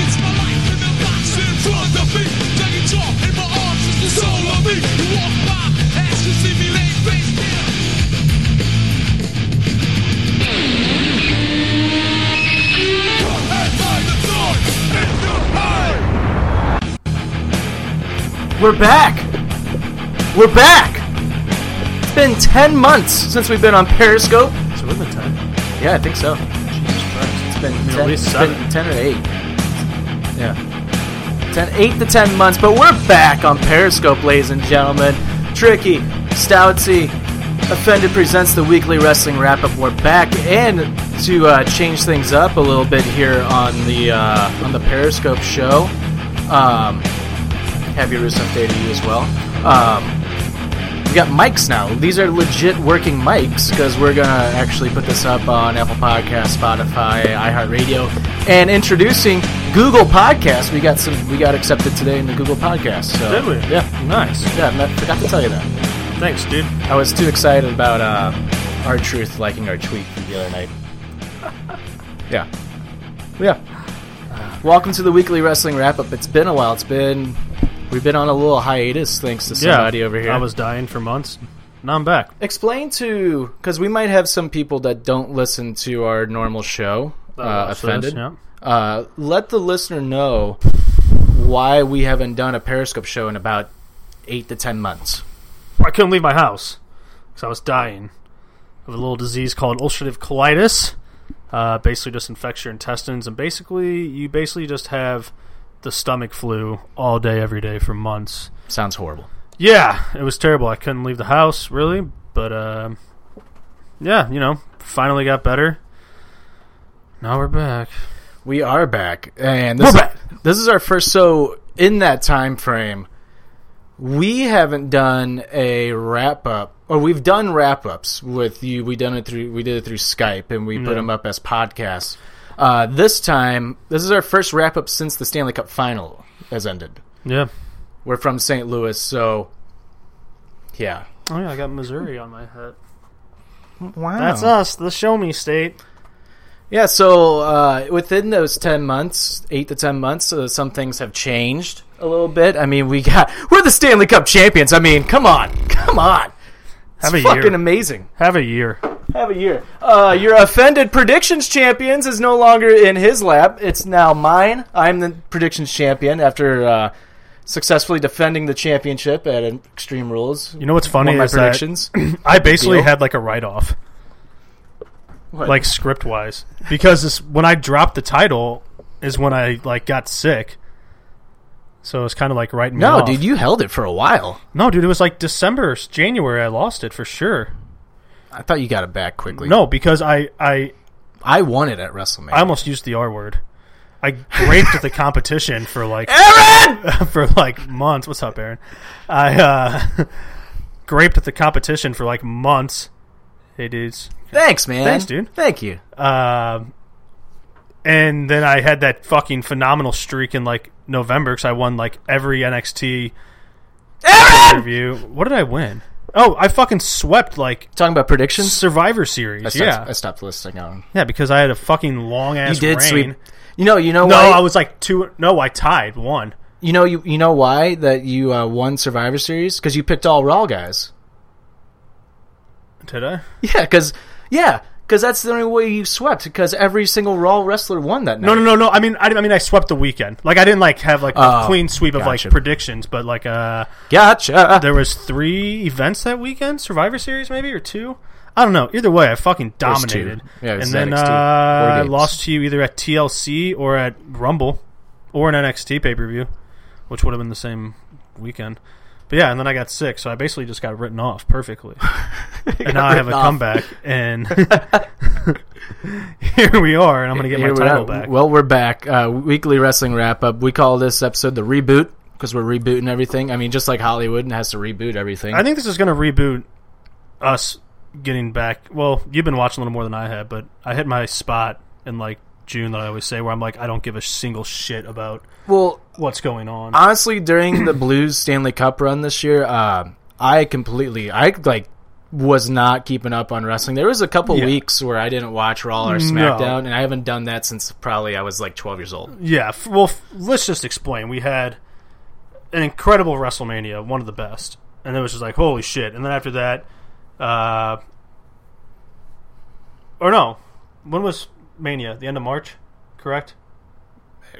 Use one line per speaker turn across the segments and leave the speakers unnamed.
It's my life in the box in front of me. Dragon jaw in my arms is the soul of me. You walk by, ask to see me laid face down. Your head by the door, in your eye.
We're back! We're back! It's been 10 months since we've been on Periscope.
So we're the time.
Yeah, I think so. It's been, 10,
least
it's been 10
seven.
or 8. Yeah. 10, 8 to 10 months, but we're back on Periscope, ladies and gentlemen. Tricky, Stoutsy, Offended presents the weekly wrestling wrap up. We're back, and to uh, change things up a little bit here on the uh, on the Periscope show, um, happy Rusev Day to you as well. Um, we got mics now. These are legit working mics because we're gonna actually put this up on Apple Podcasts, Spotify, iHeartRadio, and introducing Google Podcasts. We got some. We got accepted today in the Google Podcasts. So.
Did we?
Yeah,
Nice.
yeah. and I forgot to tell you that.
Thanks, dude.
I was too excited about uh, our truth liking our tweet from the other night. yeah, yeah. Welcome to the weekly wrestling wrap up. It's been a while. It's been we've been on a little hiatus thanks to somebody over here.
I was dying for months. Now I'm back.
explain to because we might have some people that don't listen to our normal show uh,
watch
offended
this, yeah.
uh, let the listener know why we haven't done a periscope show in about eight to ten months
I couldn't leave my house because I was dying of a little disease called ulcerative colitis. Uh, basically, just infects your intestines, and basically, you basically just have the stomach flu all day, every day for months.
sounds horrible
Yeah, it was terrible. I couldn't leave the house really, but um, yeah, you know, finally got better. Now we're back.
we are back and this,
We're back.
this is our first so in that time frame we haven't done a wrap up or we've done wrap ups with you we done it through we did it through skype and we put 'em put them up as podcasts uh, this time this is our first wrap up since the stanley cup final has ended
Yeah.
we're from st louis so yeah
Oh yeah, I got Missouri on my head.
wow
That's us, the Show Me State.
Yeah, so uh, within those ten months, eight to ten months, uh, some things have changed a little bit. I mean, we got we're the Stanley Cup champions. I mean, come on, come on,
Have a
it's fucking
year.
amazing.
Have a year.
Have a year. Uh, your offended predictions champions is no longer in his lap. It's now mine. I'm the predictions champion after uh, successfully defending the championship at Extreme Rules.
You know what's funny
Won my
is that
predictions.
I basically
Deal.
had like a write off,
What?
like script wise, because this, when I dropped the title is when I like got sick. So it's kind of like writing. me
no,
off.
dude, you held it for a while.
No, dude, it was like December, January. I lost it for sure.
I thought you got it back quickly.
No, because I I
I won it at WrestleMania.
I almost used the R word. I raped the competition for like for like months. What's up, Aaron? I uh graped at the competition for like months. Hey dudes.
Thanks, man.
Thanks, dude.
Thank you.
Um and then I had that fucking phenomenal streak in like November because I won like every NXT interview. What did I win? Oh, I fucking swept like
Talking about predictions.
Survivor Series.
I stopped,
yeah,
I stopped listening on.
yeah, because I had a fucking long ass.
You did
reign.
sweep. You know, you know
No,
why.
I was like two. No, I tied one.
you know, you you know why that you uh, won Survivor Series because you picked all Raw guys.
Did I?
Yeah, because yeah, Because that's the only way you swept. Because every single Raw wrestler won that night.
No, no, no, no. I mean, I, I mean, I swept the weekend. Like, I didn't like have like a
Oh,
clean sweep of
gotcha.
like predictions, but like, uh,
Gotcha.
there was three events that weekend, Survivor Series maybe or two. I don't know. Either way, I fucking
was two.
dominated.
Yeah, it was
and then uh,
NXT. War
I
Games.
lost to you either at TLC or at Rumble or an NXT pay per view, which would have been the same weekend. But yeah, and then I got sick, so I basically just got written off perfectly. and now I have a
written off.
comeback, and here we are, and I'm going to get
Here
my
we are.
title back.
Well, we're back. Uh, weekly wrestling wrap up. We call this episode the reboot because we're rebooting everything. I mean, just like Hollywood has to reboot everything.
I think this is going to reboot us getting back. Well, you've been watching a little more than I have, but I hit my spot in like June that I always say where I'm like, I don't give a single shit about
well,
what's going on.
honestly, during the Blues Stanley Cup run this year, uh, I completely, I like, was not keeping up on wrestling. There was a couple
Yeah.
weeks where I didn't watch Raw or SmackDown, and I haven't done that since probably I was like 12 years old.
yeah, f- well, f- let's just explain. We had an incredible WrestleMania, one of the best, and it was just like, holy shit. And then after that, uh, or no, when was Mania? The end of March, correct?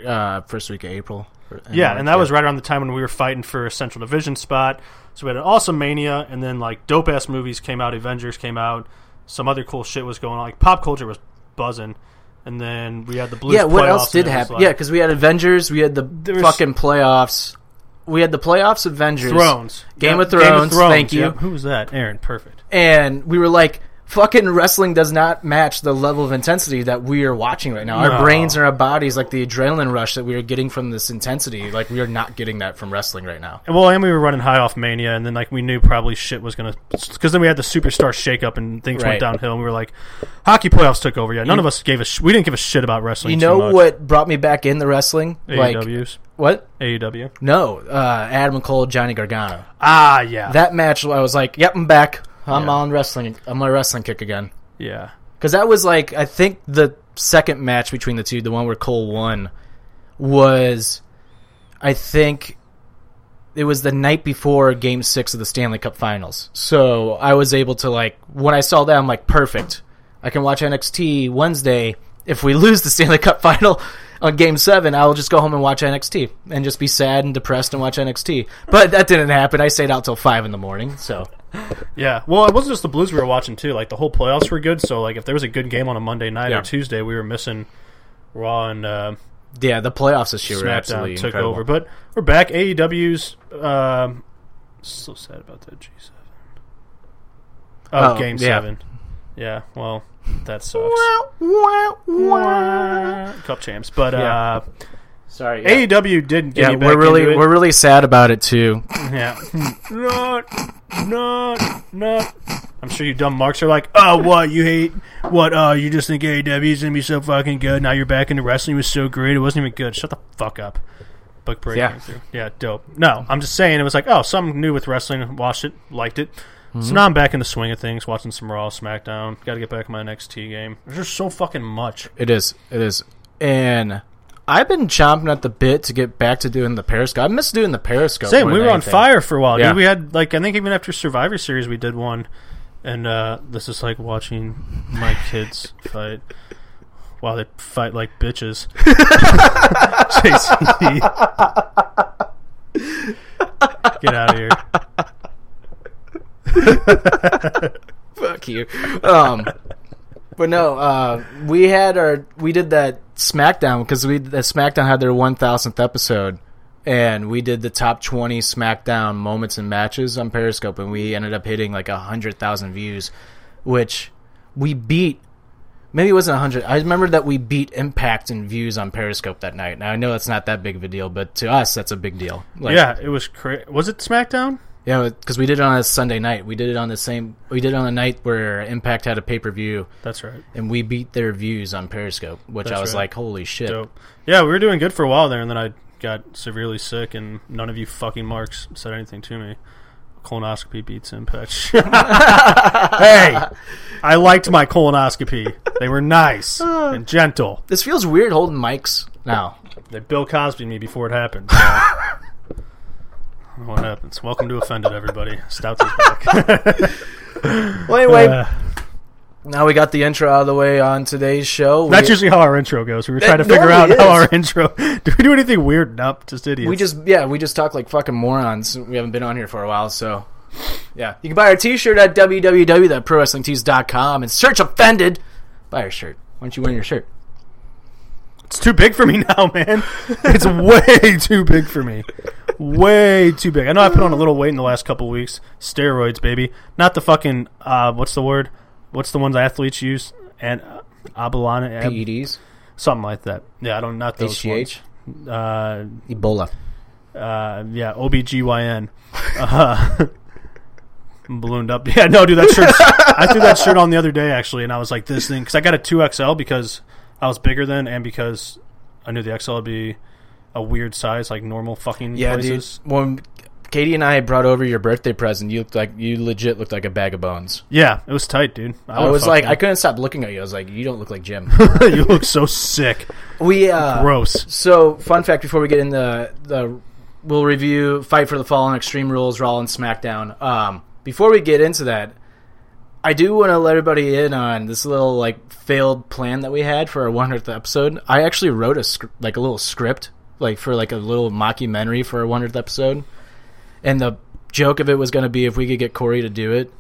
Uh, first week of April. or-
Yeah, and that was right around the time when we were fighting for a central division spot. So we had an awesome mania, and then like dope ass movies came out, Avengers came out, some other cool shit was going on. Like pop culture was buzzing, and then we had the Blues.
Yeah, what
playoffs,
else
and
did
it was
happen?
like
yeah, because we had Avengers, we had the
was-
fucking playoffs, we had the playoffs, Avengers,
Thrones,
Game
Yep,
of Thrones, thank you.
Yep. Who was that? Aaron. Perfect.
and we were like, fucking wrestling does not match the level of intensity that we are watching right now. Our
No.
brains and our bodies, like the adrenaline rush that we are getting from this intensity, like we are not getting that from wrestling right now.
And, well, and we were running high off mania, and then like we knew probably shit was gonna because then we had the superstar shakeup and things
Right.
went downhill, and we were like, hockey playoffs took over. Yeah, none of us gave a sh- we didn't give a shit about wrestling.
You
too
know
much. E
what brought me back in the wrestling? Like
AEW's
what?
AEW.
No, uh, Adam Cole, Johnny Gargano.
Ah, yeah,
That match, I was like, yep, I'm back. I'm
Yeah.
on wrestling. I'm on a wrestling kick again.
yeah.
Because that was like I think the second match between the two, the one where Cole won, was I think it was the night before Game Six of the Stanley Cup Finals. So I was able to like when I saw that, I'm like, perfect. I can watch NXT Wednesday. If we lose the Stanley Cup Final on Game Seven, I will just go home and watch NXT and just be sad and depressed and watch NXT. But that didn't happen. I stayed out till five in the morning. So
Yeah, well, it wasn't just the Blues we were watching too. Like the whole playoffs were good. So like if there was a good game on a Monday night
Yeah.
or Tuesday, we were missing Raw and uh,
yeah, the playoffs this year were absolutely
SmackDown took
incredible.
over. But we're back. AEW's um, so sad about that G seven. Oh,
Oh,
game
yeah.
seven. Yeah, well, that sucks. Cup champs, but uh,
Sorry.
AEW didn't get
Yeah,
me back
we're really
into it.
we're really sad about it too.
Yeah. not, not, not. I'm sure you dumb marks are like, oh, what, you hate, what, oh, you just think AEW is going to be so fucking good. Now you're back into wrestling. It was so great. It wasn't even good. Shut the fuck up. Book break.
Yeah.
came through. Yeah, dope. No, I'm just saying it was like, oh, something new with wrestling. Watched it, liked it. So now I'm back in the swing of things, watching some Raw, SmackDown. Got to get back in my NXT game. There's just so fucking much.
It is. It is. And I've been chomping at the bit to get back to doing the periscope. I miss doing the periscope.
Same.
more
We
than
were on
anything.
fire for a while.
Yeah.
Dude, we had like I think even after Survivor Series we did one, and uh, this is like watching my kids fight. Wow, they fight like bitches. JC. E. Get out of here.
Fuck you. Um, but no, uh, we had our we did that SmackDown because we that SmackDown had their one thousandth episode, and we did the top twenty SmackDown moments and matches on Periscope, and we ended up hitting like hundred thousand views, which we beat. Maybe it wasn't hundred. I remember that we beat Impact in views on Periscope that night. Now I know that's not that big of a deal, but to us that's a big deal. Like,
Yeah, it was crazy. Was it SmackDown?
yeah, because we did it on a Sunday night. We did it on the same. We did it on a night where Impact had a pay per view
That's right.
and we beat their views on Periscope, which I
That's
was
right.
like, holy shit.
Dope. Yeah, we were doing good for a while there, and then I got severely sick, and none of you fucking marks said anything to me. Colonoscopy beats impact. hey, I liked my colonoscopy. They were nice and gentle.
This feels weird holding mics now.
They Bill Cosby me before it happened. so- what happens? Welcome to offended, everybody. Stouts is back.
Well, anyway,
Uh,
Now we got the intro out of the way on today's show. We,
That's usually how our intro goes. We were
That
trying to figure out
normally is.
how our intro. Do we do anything weird? Nope, just idiots.
we just yeah we just talk like fucking morons. We haven't been on here for a while, so yeah. You can buy our T-shirt at www.prowrestlingtees.com and search offended. Buy our shirt. Why don't you wear your shirt?
It's too big for me now, man. It's way too big for me. Way too big. I know I put on a little weight in the last couple weeks. Steroids, baby. Not the fucking uh, what's the word? What's the ones athletes use? And uh, abalana, ab-
PEDs,
something like that. Yeah, I don't not those
HGH,
ones. Uh,
Ebola.
uh, yeah, OBGYN. Uh, ballooned up. Yeah, no, dude, that shirt. I threw that shirt on the other day actually, and I was like, this thing because I got a two XL because I was bigger then, and because I knew the XL would be a weird size, like normal fucking
Yeah,
places.
dude. When Katie and I brought over your birthday present, you looked like you legit looked like a bag of bones.
Yeah, it was tight, dude.
I
would've
was
fucked
like,
you.
I couldn't stop looking at you. I was like, you don't look like Jim.
you look so sick,
we uh,
gross.
So, fun fact before we get in the the we'll review Fight for the Fallen, Extreme Rules, Raw, and SmackDown. Um, before we get into that, I do want to let everybody in on this little like failed plan that we had for our 100th episode. I actually wrote a script, like a little script, like for like a little mockumentary for our 100th episode, and the joke of it was going to be if we could get Corey to do it.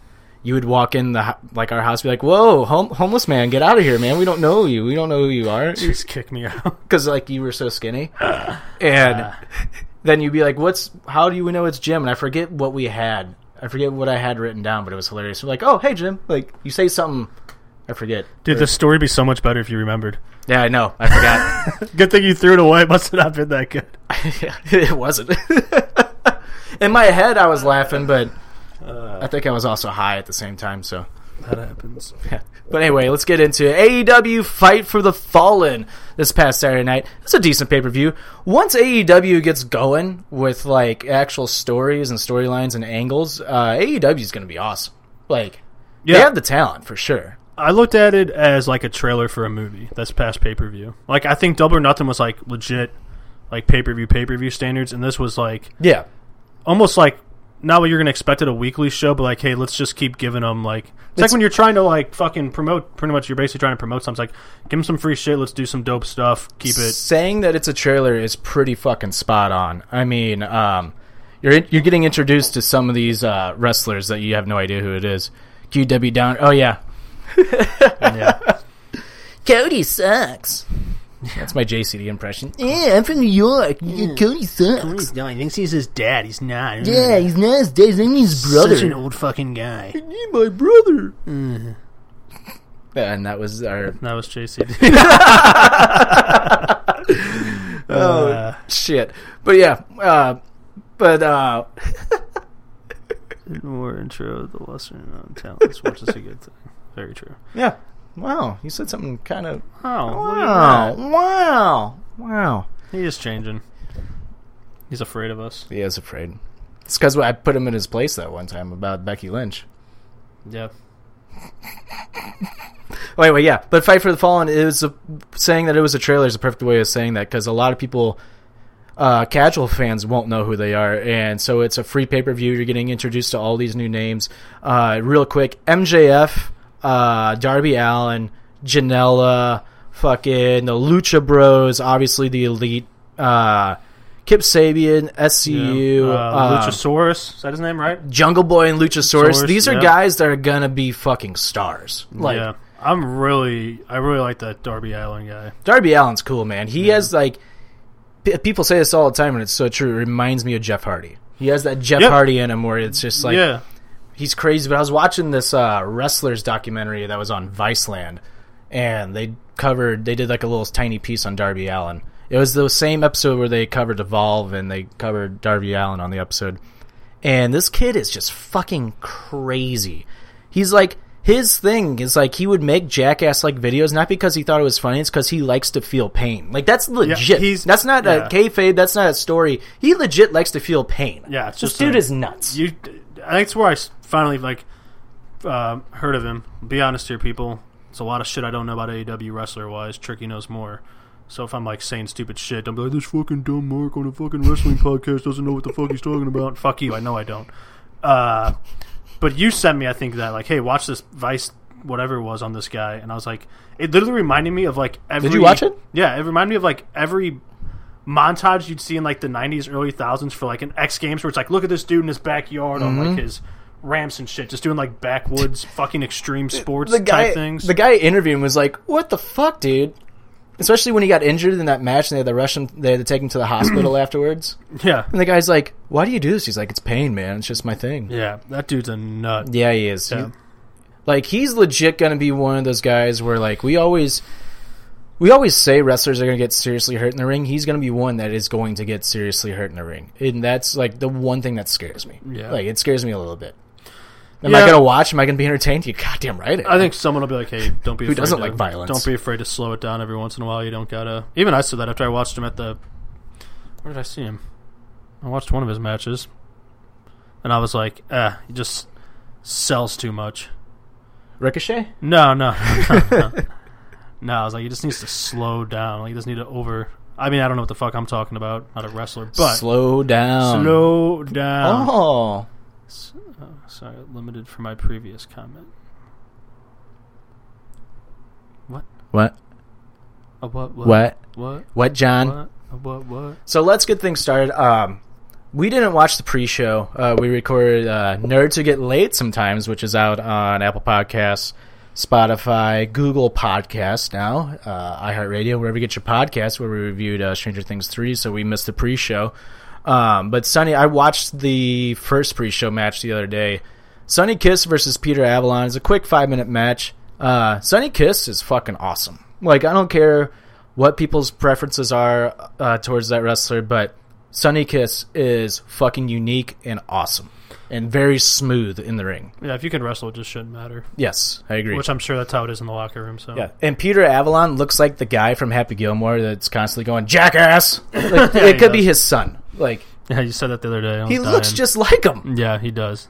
You would walk in the ho- like our house, be like, "Whoa, home- homeless man, get out of here, man! We don't know you. We don't know who you are."
Just kick me out.
because like you were so skinny, and then you'd be like, "What's? How do you know it's Jim?" And I forget what we had. I forget what I had written down, but it was hilarious. We're like, "Oh, hey Jim!" Like you say something, I forget.
Dude, this story would be so much better if you remembered.
Yeah, I know. I forgot.
Good thing you threw it away. Must have not been that good.
Yeah, it wasn't. In my head, I was laughing, but I think I was also high at the same time. So
That happens.
But anyway, let's get into it. AEW Fight for the Fallen this past Saturday night. It's a decent pay per view. Once AEW gets going with like actual stories and storylines and angles, uh, AEW is going to be awesome. Like
Yeah.
they have the talent for sure.
I looked at it as like a trailer for a movie that's past pay per view. Like I think Double or Nothing was like legit, like pay per view pay per view standards, and this was like
Yeah,
almost like not what you're gonna expect at a weekly show, but like hey, let's just keep giving them like it's, like
It's-
when you're trying to like fucking promote. Pretty much, you're basically trying to promote something. It's like give them some free shit. Let's do some dope stuff. Keep it.
saying that it's a trailer is pretty fucking spot on. I mean, um, you're you're getting introduced to some of these uh, wrestlers that you have no idea who it is. QW down. Oh yeah,
Yeah.
Cody sucks. That's my JCD impression. Yeah, I'm from New York. Yeah,
Mm.
Cody sucks.
no, he thinks he's his dad. He's not.
Yeah, he's not his dad. His name's
old fucking guy.
my brother. Mm-hmm. And that was our
That was JC.
Oh.
Uh,
shit. But yeah, uh, but uh,
More intro, the uh, lesser known talents, which is a good thing. Very true.
yeah. Wow, you said something kind of.
Oh,
Wow, wow, wow.
He is changing. He's afraid of us.
He is afraid. It's because I put him in his place that one time about Becky Lynch.
Yeah.
Wait, wait, yeah. But Fight for the Fallen is a, saying that it was a trailer is a perfect way of saying that because a lot of people, uh, casual fans, won't know who they are, and so it's a free pay per view. You're getting introduced to all these new names. Uh, real quick, MJF, uh, Darby Allen, Janela, fucking the Lucha Bros, obviously the Elite, uh, Kip Sabian, SCU,
uh,
uh,
Luchasaurus. Is that his name, right?
Jungle Boy, and Luchasaurus.
Source,
these are
yeah.
guys that are gonna be fucking stars. Like.
yeah. I'm really, I really like that Darby Allen guy.
Darby Allen's cool, man. He has like p- people say this all the time, and it's so true. It reminds me of Jeff Hardy. He has that Jeff
Yep.
Hardy in him where it's just like
yeah.
he's crazy. But I was watching this uh, wrestlers documentary that was on Viceland, and they covered they did like a little tiny piece on Darby Allen. It was the same episode where they covered Evolve and they covered Darby Allen on the episode. And this kid is just fucking crazy. He's like his thing is like he would make jackass like videos not because he thought it was funny, it's because he likes to feel pain. Like that's legit.
he's-
that's not
yeah.
a kayfabe. That's not a story. He legit likes to feel pain.
Yeah, it's
this
just
dude
a-
is nuts.
You, I think it's where I s- finally, like, um heard of him. Be honest here, people. It's a lot of shit I don't know about AEW wrestler wise. Tricky knows more. So if I'm like saying stupid shit, don't be like this fucking dumb Mark on a fucking wrestling podcast doesn't know what the fuck he's talking about. Fuck you, I know I don't. Uh, but you sent me, I think that like, hey, watch this Vice whatever it was on this guy, and I was like, it literally reminded me of like every.
you watch it?
Yeah, it reminded me of like every montage you'd see in like the '90s, early thousands for like an X Games, where it's like, look at this dude in his backyard on
Mm-hmm.
like his ramps and shit, just doing like backwoods fucking extreme sports
the guy,
type things.
the guy interviewing was like, "What the fuck, dude." Especially when he got injured in that match, and they had the Russian, they had to take him to the hospital afterwards.
yeah,
And the guy's like, "Why do you do this?" He's like, "It's pain, man. It's just my thing."
yeah, that dude's a nut.
Yeah, he is.
Yeah.
He- like he's legit going to be one of those guys where like we always we always say wrestlers are going to get seriously hurt in the ring. He's going to be one that is going to get seriously hurt in the ring. And that's like the one thing that scares me.
Yeah.
Like it scares me a little bit. Am
Yeah.
I going to watch? Am I going to be entertained? You goddamn right.
I think someone will be like, "Hey, don't be
Who
afraid
doesn't
to-
like violence?
Don't be afraid to slow it down every once in a while. You don't gotta." Even I said that after I watched him at the. Where did I see him? I watched one of his matches, and I was like, "Eh, he just sells too much."
Ricochet?
No, no, no, no. no. I was like, he just needs to slow down. Like, he doesn't need to over. I mean, I don't know what the fuck I'm talking about. Not a wrestler, but
slow down.
slow down.
Oh.
Sorry, limited for my previous comment.
What?
Uh, what? What?
What?
What?
What, John?
What? Uh, What? What?
So let's get things started. Um, we didn't watch the pre-show. Uh, we recorded uh, Nerds Who Get Late sometimes, which is out on Apple Podcasts, Spotify, Google Podcasts now, uh, iHeartRadio, wherever you get your podcasts. Where we reviewed uh, Stranger Things three, so we missed the pre-show. Um, but Sonny, I watched the first pre-show match the other day. Sonny Kiss versus Peter Avalon is a quick five minute match. Uh, Sonny Kiss is fucking awesome. Like I don't care what people's preferences are uh, towards that wrestler, but Sonny Kiss is fucking unique and awesome, and very smooth in the ring.
Yeah, if you can wrestle, it just shouldn't matter.
Yes, I agree.
Which I'm sure that's how it is in the locker room. So
yeah, and Peter Avalon looks like the guy from Happy Gilmore that's constantly going jackass. Like, it could be
does.
his son. Like
Yeah, you said that the other day. I was
he looks
dying.
just like him.
Yeah, he does.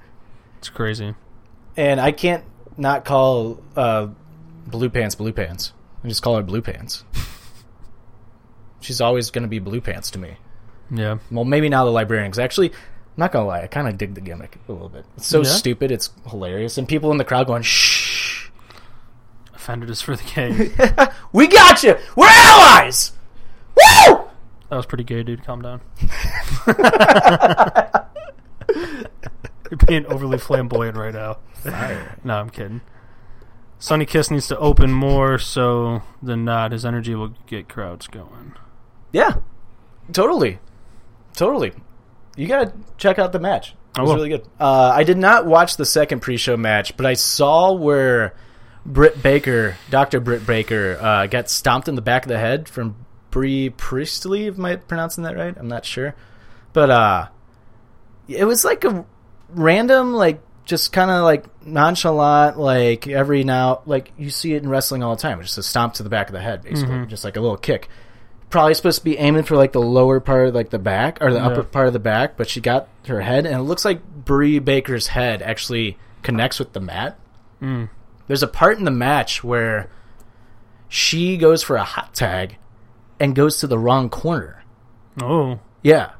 It's crazy.
and I can't not call uh, Blue Pants Blue Pants. I just call her Blue Pants. She's always going to be Blue Pants to me.
Yeah,
Well, maybe now the librarian. 'cause actually, I'm not going to lie, I kind of dig the gimmick a little bit. It's so
Yeah?
stupid, it's hilarious, and people in the crowd going, "Shh,
offended is for the gay.
we got you. We're allies." Woo!
that was pretty gay, dude. Calm down. You're being overly flamboyant right now. no, I'm kidding. Sonny Kiss needs to open more so than not. His energy will get crowds going.
Yeah, totally, totally. You gotta check out the match. It
I
was
will.
really good. Uh, I did not watch the second pre-show match, but I saw where Britt Baker, Doctor Britt Baker, uh, got stomped in the back of the head from Bree Priestley. Am I pronouncing that right? I'm not sure, but uh, it was like a random, like just kind of like nonchalant, like every now, like you see it in wrestling all the time, just a stomp to the back of the head, basically,
Mm-hmm.
just like a little kick probably supposed to be aiming for like the lower part of like the back or the upper part of the back, but she got her head, and it looks like Bree Baker's head actually connects with the mat. There's a part in the match where she goes for a hot tag and goes to the wrong corner.
Oh,
Yeah.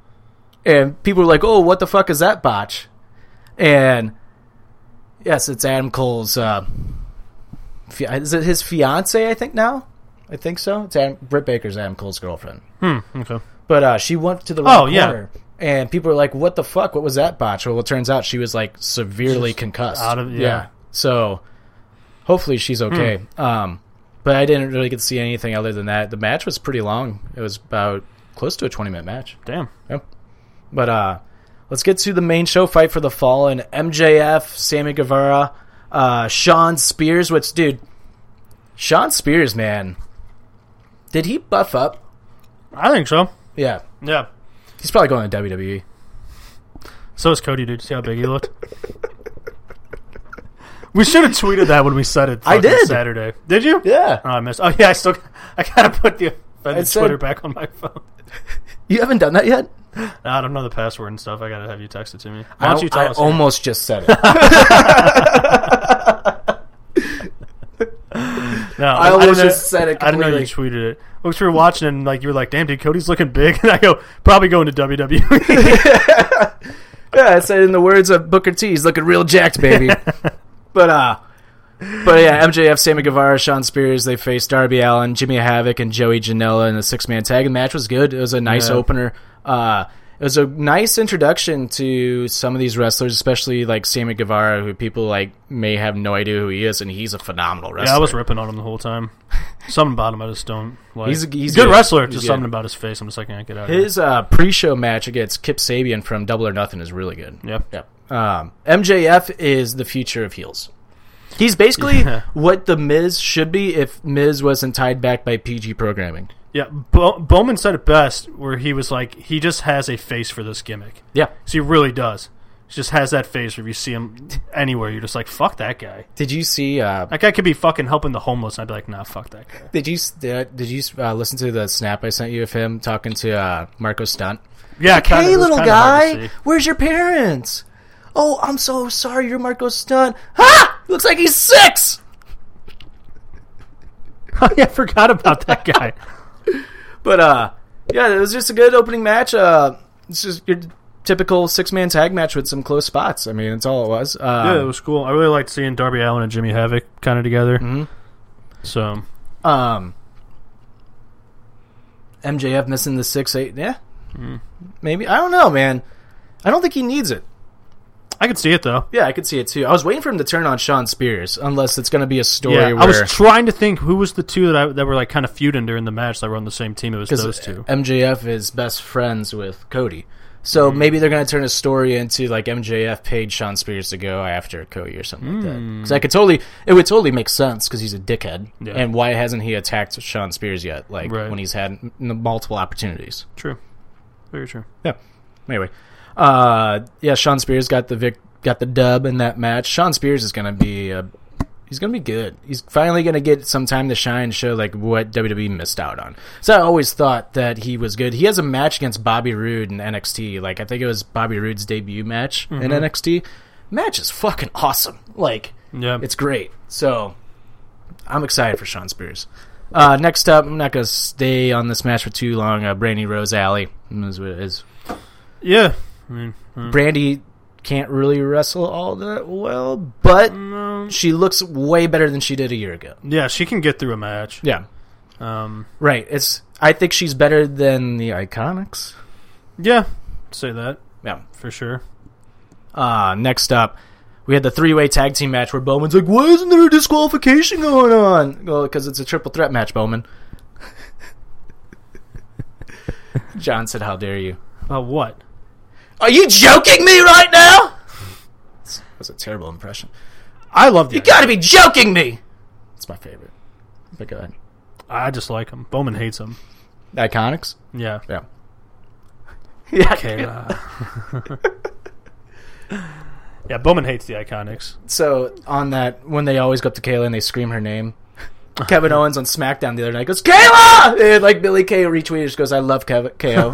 And people were like, oh, what the fuck is that botch? And yes, it's Adam Cole's. Uh, fi- is it his fiance, I think, now? I think so. It's Adam, Britt Baker's Adam Cole's girlfriend.
okay.
But uh, she went to the wrong
Oh, yeah.
corner, and people were like, "What the fuck? What was that botch?" Well, it turns out she was like severely concussed.
out of- yeah. Hmm.
So hopefully she's okay. Um, but I didn't really get to see anything other than that. The match was pretty long. It was about close to a twenty-minute match.
Damn.
But uh, let's get to the main show fight for the fallen. MJF, Sammy Guevara, uh, Sean Spears. Which dude? Sean Spears, man. Did he buff up?
I think so.
Yeah,
Yeah.
he's probably going to E. WWE.
So is Cody, dude. See how big he looked. we should have tweeted that when we said it.
I
fucking
did.
Saturday. Did you?
Yeah,
Oh, I missed. Oh yeah, I still. I gotta put the
I
offended
said-
Twitter back on my phone.
you haven't done that yet.
No, I don't know the password and stuff. I gotta have you text it to me. Why
I,
don't you tell
I
us?
almost just said it.
no,
I
didn't
almost
know-
just said it
I didn't know you
completely.
tweeted it. Because we were watching and like you were like, "Damn, dude, Cody's looking big," and I go, "Probably going to E." WWE."
yeah, I said in the words of Booker T, he's looking real jacked, baby. but uh But yeah, MJF, Sammy Guevara, Sean Spears, they faced Darby Allen, Jimmy Havoc, and Joey Janela in a six man tag. The match was good. It was a nice
Yeah.
opener. Uh, it was a nice introduction to some of these wrestlers, especially like Sammy Guevara, who people like may have no idea who he is, and he's a phenomenal wrestler.
Yeah, I was ripping on him the whole time. Something about him I just don't like.
He's a- he's
good
good.
wrestler.
He's
Just
good.
something about his face. I'm just like, I get out.
His uh, pre-show match against Kip Sabian from Double or Nothing is really good.
Of here. Yep.
Yep. Um, MJF is the future of heels. He's basically
Yeah.
what the Miz should be if Miz wasn't tied back by PG programming.
Yeah. Bo- Bowman said it best, where he was like, he just has a face for this gimmick.
Yeah.
So he really does. He just has that face. Where if you see him anywhere, you're just like, fuck that guy.
Did you see? Uh,
That guy could be fucking helping the homeless, and I'd be like, nah, fuck that guy.
did you s- uh, did you uh, listen to the snap I sent you of him talking to uh, Marco Stunt?
Yeah. kinda- it
hey,
was
little
kinda hard to
guy,
see.
where's your parents? Oh, I'm so sorry. You're Marco Stunt. Ha! Looks like he's six.
Oh, yeah, I forgot about that guy.
But uh, yeah, it was just a good opening match. Uh, it's just your typical six man tag match with some close spots. I mean, it's all it was. Uh,
yeah, it was cool. I really liked seeing Darby Allen and Jimmy Havoc kind of together. So
um, MJF missing the six eight. Yeah,
Hmm.
maybe I don't know, man. I don't think he needs it.
I could see it though.
Yeah, I could see it too. I was waiting for him to turn on Sean Spears, unless it's going to be a story
Yeah,
where
I was trying to think who was the two that I, that were like kind of feuding during the match that were on the same team. It was
'cause
those two.
MJF is best friends with Cody.
Mm.
So maybe they're going to turn a story into like MJF paid Sean Spears to go after Cody or something like that. Because I could totally, it would totally make sense because he's a dickhead.
Mm. Yeah.
And why hasn't he attacked Sean Spears yet? Like
Right.
when he's had m- multiple opportunities.
True, very true.
Yeah. Anyway, uh, yeah, Sean Spears got the vic, got the dub in that match. Sean Spears is gonna be, uh, he's gonna be good. He's finally gonna get some time to shine, show like what WWE missed out on. So I always thought that he was good. He has a match against Bobby Roode in NXT. Like I think it was Bobby Roode's debut match in NXT. Match is fucking awesome. Like
Yeah,
it's great. So I'm excited for Sean Spears. Uh, next up, I'm not gonna stay on this match for too long. Uh, Brandy Rose Alley is, is
yeah. I mean, mm,
Brandy can't really wrestle all that well, but she looks way better than she did a year ago.
yeah, she can get through a match.
Yeah,
Um,
right. It's I think she's better than the Iconics.
yeah, say that
Yeah.
for sure.
Uh, next up, we had the three-way tag team match where Bowman's like, "Why isn't there a disqualification going on?" Well, because it's a triple threat match, Bowman. John said, "How dare you?"
About what?
Are you joking me right now? That was a terrible impression.
I love the.
You gotta be joking me. It's my favorite. But go ahead.
I just like him. Bowman hates him.
Iconics?
Yeah.
Yeah. Yeah.
Okay. uh, yeah, Bowman hates the Iconics.
So on that, when they always go up to Kayla and they scream her name, Kevin Owens on SmackDown the other night goes Kayla, and like Billy Kay retweeted, just goes I love Kev- KO.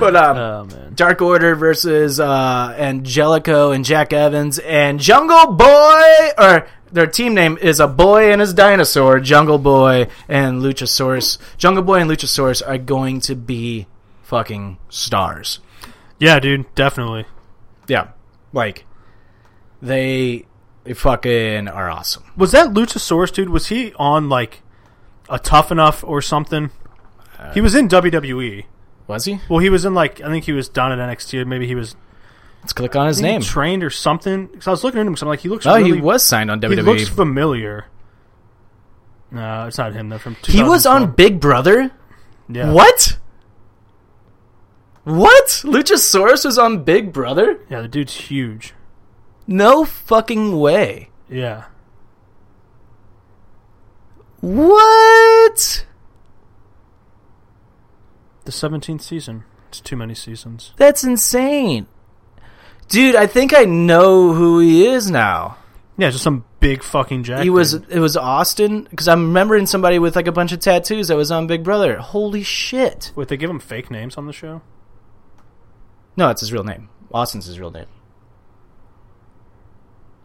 but um,
Oh man.
Dark Order versus uh, Angelico and Jack Evans and Jungle Boy, or their team name is a boy and his dinosaur. Jungle Boy and Luchasaurus. Jungle Boy and Luchasaurus are going to be fucking stars.
Yeah, dude, definitely.
Yeah, like they they fucking are awesome.
Was that Luchasaurus dude? Was he on like a Tough Enough or something? he was in WWE.
Was he?
Well, he was in like I think he was down at NXT. Or maybe he was
Let's click on his
I think he
name.
trained or something. Because I was looking at him because I'm like he looks.
Oh,
really,
he was E. signed on
He
WWE.
looks familiar. No, it's not him. though. from
He was on
2012.
Big Brother.
Yeah.
What? What? Luchasaurus was on Big Brother?
Yeah, the dude's huge.
No fucking way.
Yeah.
What?
The 17th season. It's too many seasons.
That's insane. Dude, I think I know who he is now.
Yeah, just some big fucking jack.
He was
dude.
it was Austin because I'm remembering somebody with like a bunch of tattoos that was on Big Brother. Holy shit!
Wait, they give him fake names on the show.
No, it's his real name. Austin's his real name.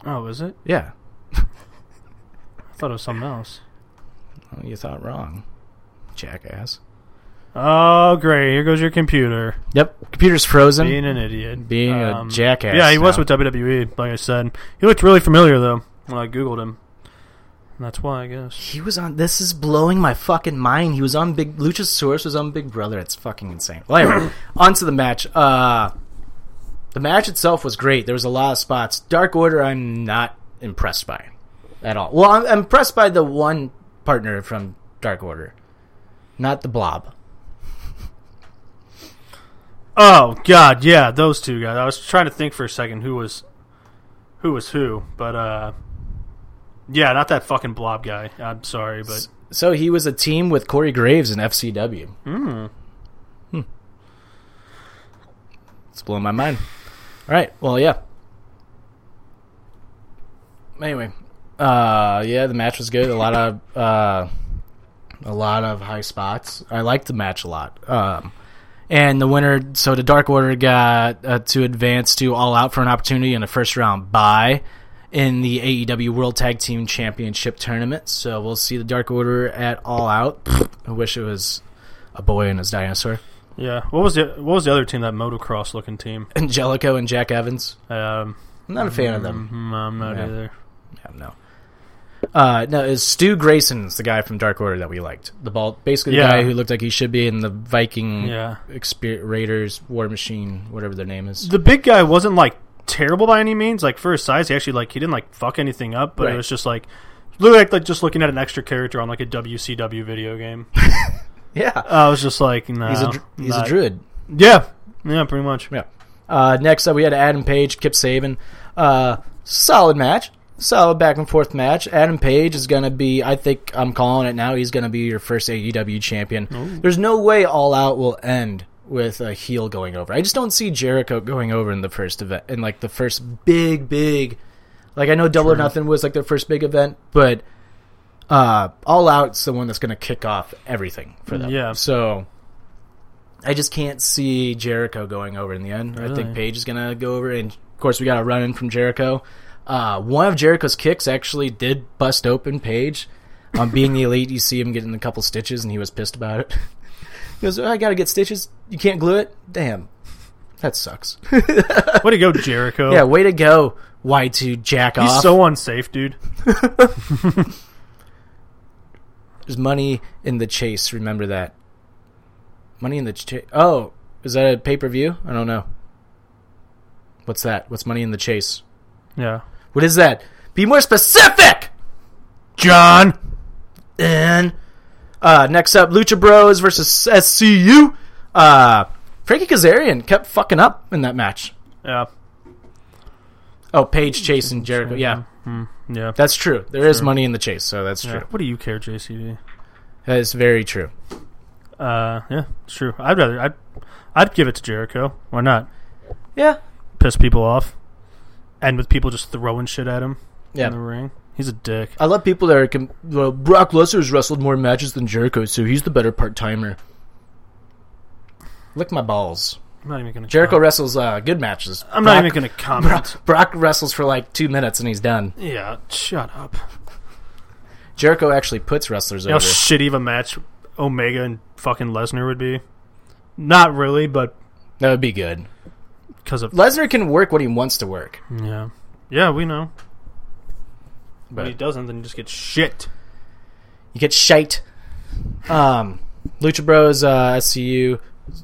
Oh, is it?
Yeah,
I thought it was something else.
Well, you thought wrong, jackass.
Oh, great. Here goes your computer.
Yep. Computer's frozen.
Being an idiot. Um,
Being a jackass
Yeah, he was
now.
with WWE, like I said. He looked really familiar, though, when I Googled him. And that's why, I guess.
He was on. This is blowing my fucking mind. He was on Big Luchasaurus was on Big Brother. It's fucking insane. Well, anyway, on to the match. Uh, the match itself was great. There was a lot of spots. Dark Order, I'm not impressed by at all. Well, I'm, I'm impressed by the one partner from Dark Order, not the Blob.
Oh, God, yeah, those two guys. I was trying to think for a second who was who, was who but, uh, yeah, not that fucking blob guy. I'm sorry, but.
So he was a team with Corey Graves in FCW. Hmm. It's blowing my mind. All right. Well, yeah. Anyway, uh, yeah, the match was good. A lot of uh, a lot of high spots. I liked the match a lot. Um, and the winner, so the Dark Order got uh, to advance to All Out for an opportunity in a first round bye in the AEW World Tag Team Championship tournament. So we'll see the Dark Order at All Out. I wish it was a boy and his dinosaur.
Yeah, what was the what was the other team? That motocross looking team.
Angelico and Jack Evans.
Um,
I'm not a fan of them.
mm, I'm not
Yeah.
either.
Yeah, no. Uh, no, it's Stu Grayson's the guy from Dark Order that we liked. The bald, basically the
Yeah.
guy who looked like he should be in the Viking
Yeah.
Exper- Raiders War Machine, whatever their name is.
The big guy wasn't like terrible by any means. Like for his size, he actually like he didn't like fuck anything up. But
Right.
it was just like look like, like just looking at an extra character on like a WCW video game.
Yeah,
I was just like, no,
he's a dr- he's
not-
a druid.
Yeah, yeah, pretty much.
Yeah. Uh, next up, we had Adam Page, Kip Saban. Uh, solid match. Solid back and forth match. Adam Page is going to be, I think I'm calling it now, he's going to be your first AEW champion. There's no way All Out will end with a heel going over. I just don't see Jericho going over in the first event, in like the first big, big. Like, I know Double or Nothing was like their first big event, but uh, All Out's the one that's going to kick off everything for them.
Yeah.
So I just can't see Jericho going over in the end. I think Paige is going to go over, and of course we got a run in from Jericho. Uh, one of Jericho's kicks actually did bust open Paige. On being the elite, you see him getting a couple stitches, and he was pissed about it. he goes, "Oh, "I got to get stitches. You can't glue it. Damn, that sucks."
Oh. Way to go, Jericho.
yeah, way to go, Y two jack
he's
off.
so unsafe, dude.
There's money in the chase. Remember that. Money in the chase. Oh, is that a pay per view? I don't know. What's that? What's money in the chase?
Yeah,
What is that? Be more specific.
John.
And uh, next up, Lucha Bros versus SCU. Uh, Frankie Kazarian kept fucking up in that match.
Yeah,
Oh, Paige chasing Jericho. Yeah,
yeah.
that's true. There is money in the chase, so that's
yeah.
true.
What do you care, JCD?
That is very true.
Uh, yeah, it's true. I'd rather I'd I'd give it to Jericho. Why not?
Yeah,
piss people off, and with people just throwing shit at him in
yeah.
the ring. He's a dick.
I love people that are. Com- well, Brock Lesnar's wrestled more matches than Jericho, so he's the better part timer. Lick my balls.
I'm not even gonna.
Jericho
com-
wrestles uh, good matches.
Uh-huh. I'm
Brock-
not even gonna comment.
Brock wrestles for like two minutes and he's done.
Yeah, shut up.
Jericho actually puts wrestlers
You know
over.
how shitty of a match Omega and fucking Lesnar would be. Not really, but
That would be good.
because of
Lesnar can work when he wants to work.
yeah, yeah, we know. But
But-
he doesn't, then he just gets shit.
You get shite. Um, Lucha Bros, uh, SCU,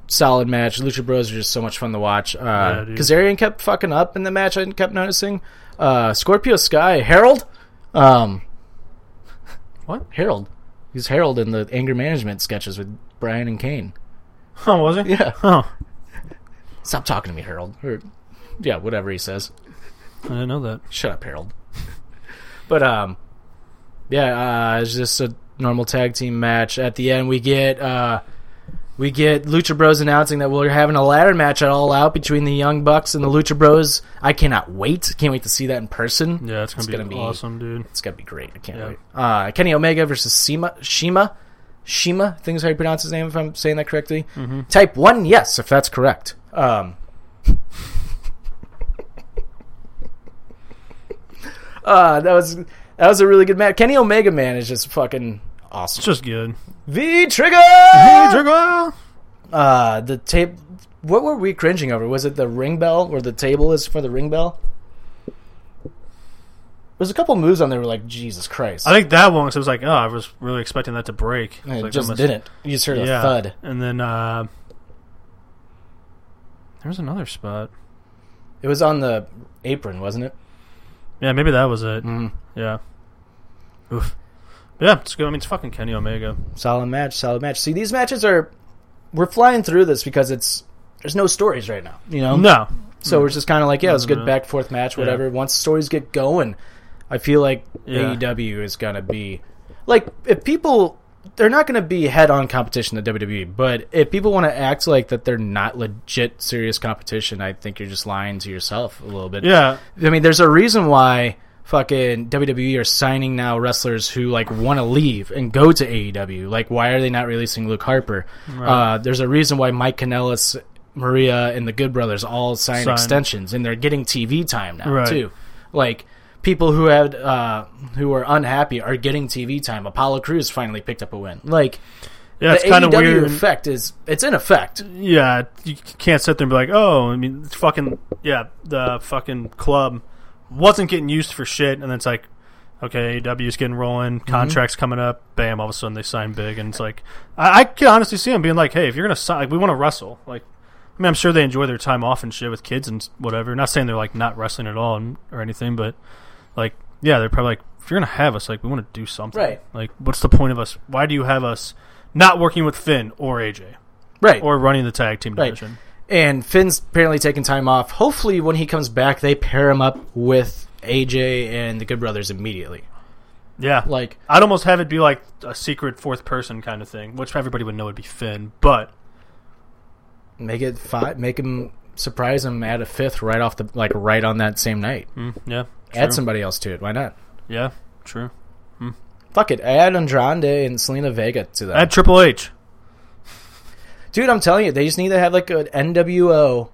solid match. Lucha Bros are just so much fun to watch. Uh,
dude.
Kazarian kept fucking up in the match. I kept noticing. Uh, Scorpio Sky, Harold. Um,
What?
Harold? He's Harold in the anger management sketches with Brian and Kane.
Oh, was he?
Yeah.
Oh,
Stop talking to me, Harold. Or, yeah, whatever he says.
I didn't know that.
Shut up, Harold. but um, yeah, uh, it's just a normal tag team match. At the end, we get uh, we get Lucha Bros announcing that we're having a ladder match at All Out between the Young Bucks and the Lucha Bros. I cannot wait. Can't wait to see that in person.
Yeah, it's gonna,
It's
be,
gonna be-
awesome, dude.
It's gonna be great. I can't
Yeah.
wait. Uh, Kenny Omega versus Shima. Shima. Shima. I think is how you pronounce his name. If I'm saying that correctly. Type one. Yes, if that's correct. Um. uh, that was that was a really good match. Kenny Omega man is just fucking
It's
awesome.
just good.
V trigger.
Hey, ah! Jigga!
Uh, the tape. What were we cringing over? Was it the ring bell or the table is for the ring bell? There's a couple moves on there. Were like Jesus Christ.
I think that one 'cause I was like, oh, I was really expecting that to break.
And
It's
it
like,
just
that must-
didn't. You just heard a thud.
And then uh, there's another spot.
It was on the apron, wasn't it?
Yeah, maybe that was it. Yeah. Oof. But yeah, it's good. I mean, it's fucking Kenny Omega.
Solid match, solid match. See, these matches are we're flying through this because it's there's no stories right now, you know.
No.
So we're just kind of like, yeah, Mm-hmm. it's a good
Mhm.
back and forth match, whatever. Once stories get going, I feel like
Yeah.
AEW is gonna be like if people they're not gonna be head on competition to WWE, E, but if people want to act like that they're not legit serious competition, I think you're just lying to yourself a little bit.
Yeah.
I mean, there's a reason why fucking WWE are signing now wrestlers who like want to leave and go to AEW. Like, why are they not releasing Luke Harper? Uh, there's a reason why Mike Kanellis, Maria, and the Good Brothers all sign
Sign.
extensions, and they're getting TV time now
Right.
too. Like. People who had uh, who are unhappy are getting TV time. Apollo Crews finally picked up a win. Like
Yeah, it's
the E
kind of
AEW
weird.
effect is it's in effect.
Yeah, you can't sit there and be like, oh, I mean, it's fucking, yeah, the fucking club wasn't getting used for shit. And then it's like, okay, AEW's getting rolling, contracts coming up, bam, all of a sudden they sign big. And it's like, I, I can honestly see them being like, hey, if you're going to sign, like, we want to wrestle. Like, I mean, I'm sure they enjoy their time off and shit with kids and whatever. Not saying they're like not wrestling at all and, or anything, but like, yeah, they're probably like, if you're going to have us, like, we want to do something.
Right.
Like, what's the point of us? Why do you have us not working with Finn or AJ?
Right.
Or running the tag team
Right.
division.
And Finn's apparently taking time off. Hopefully, when he comes back, they pair him up with AJ and the Good Brothers immediately.
Yeah,
Like,
I'd almost have it be like a secret fourth person kind of thing, which everybody would know would be Finn. But
make it five, make him surprise him at a fifth right off the like right on that same night.
mm, yeah, true.
Add somebody else to it. Why not?
yeah, true.
Fuck it. Add Andrade and Selena Vega to that.
Add Triple H.
Dude, I'm telling you, they just need to have like an NWO.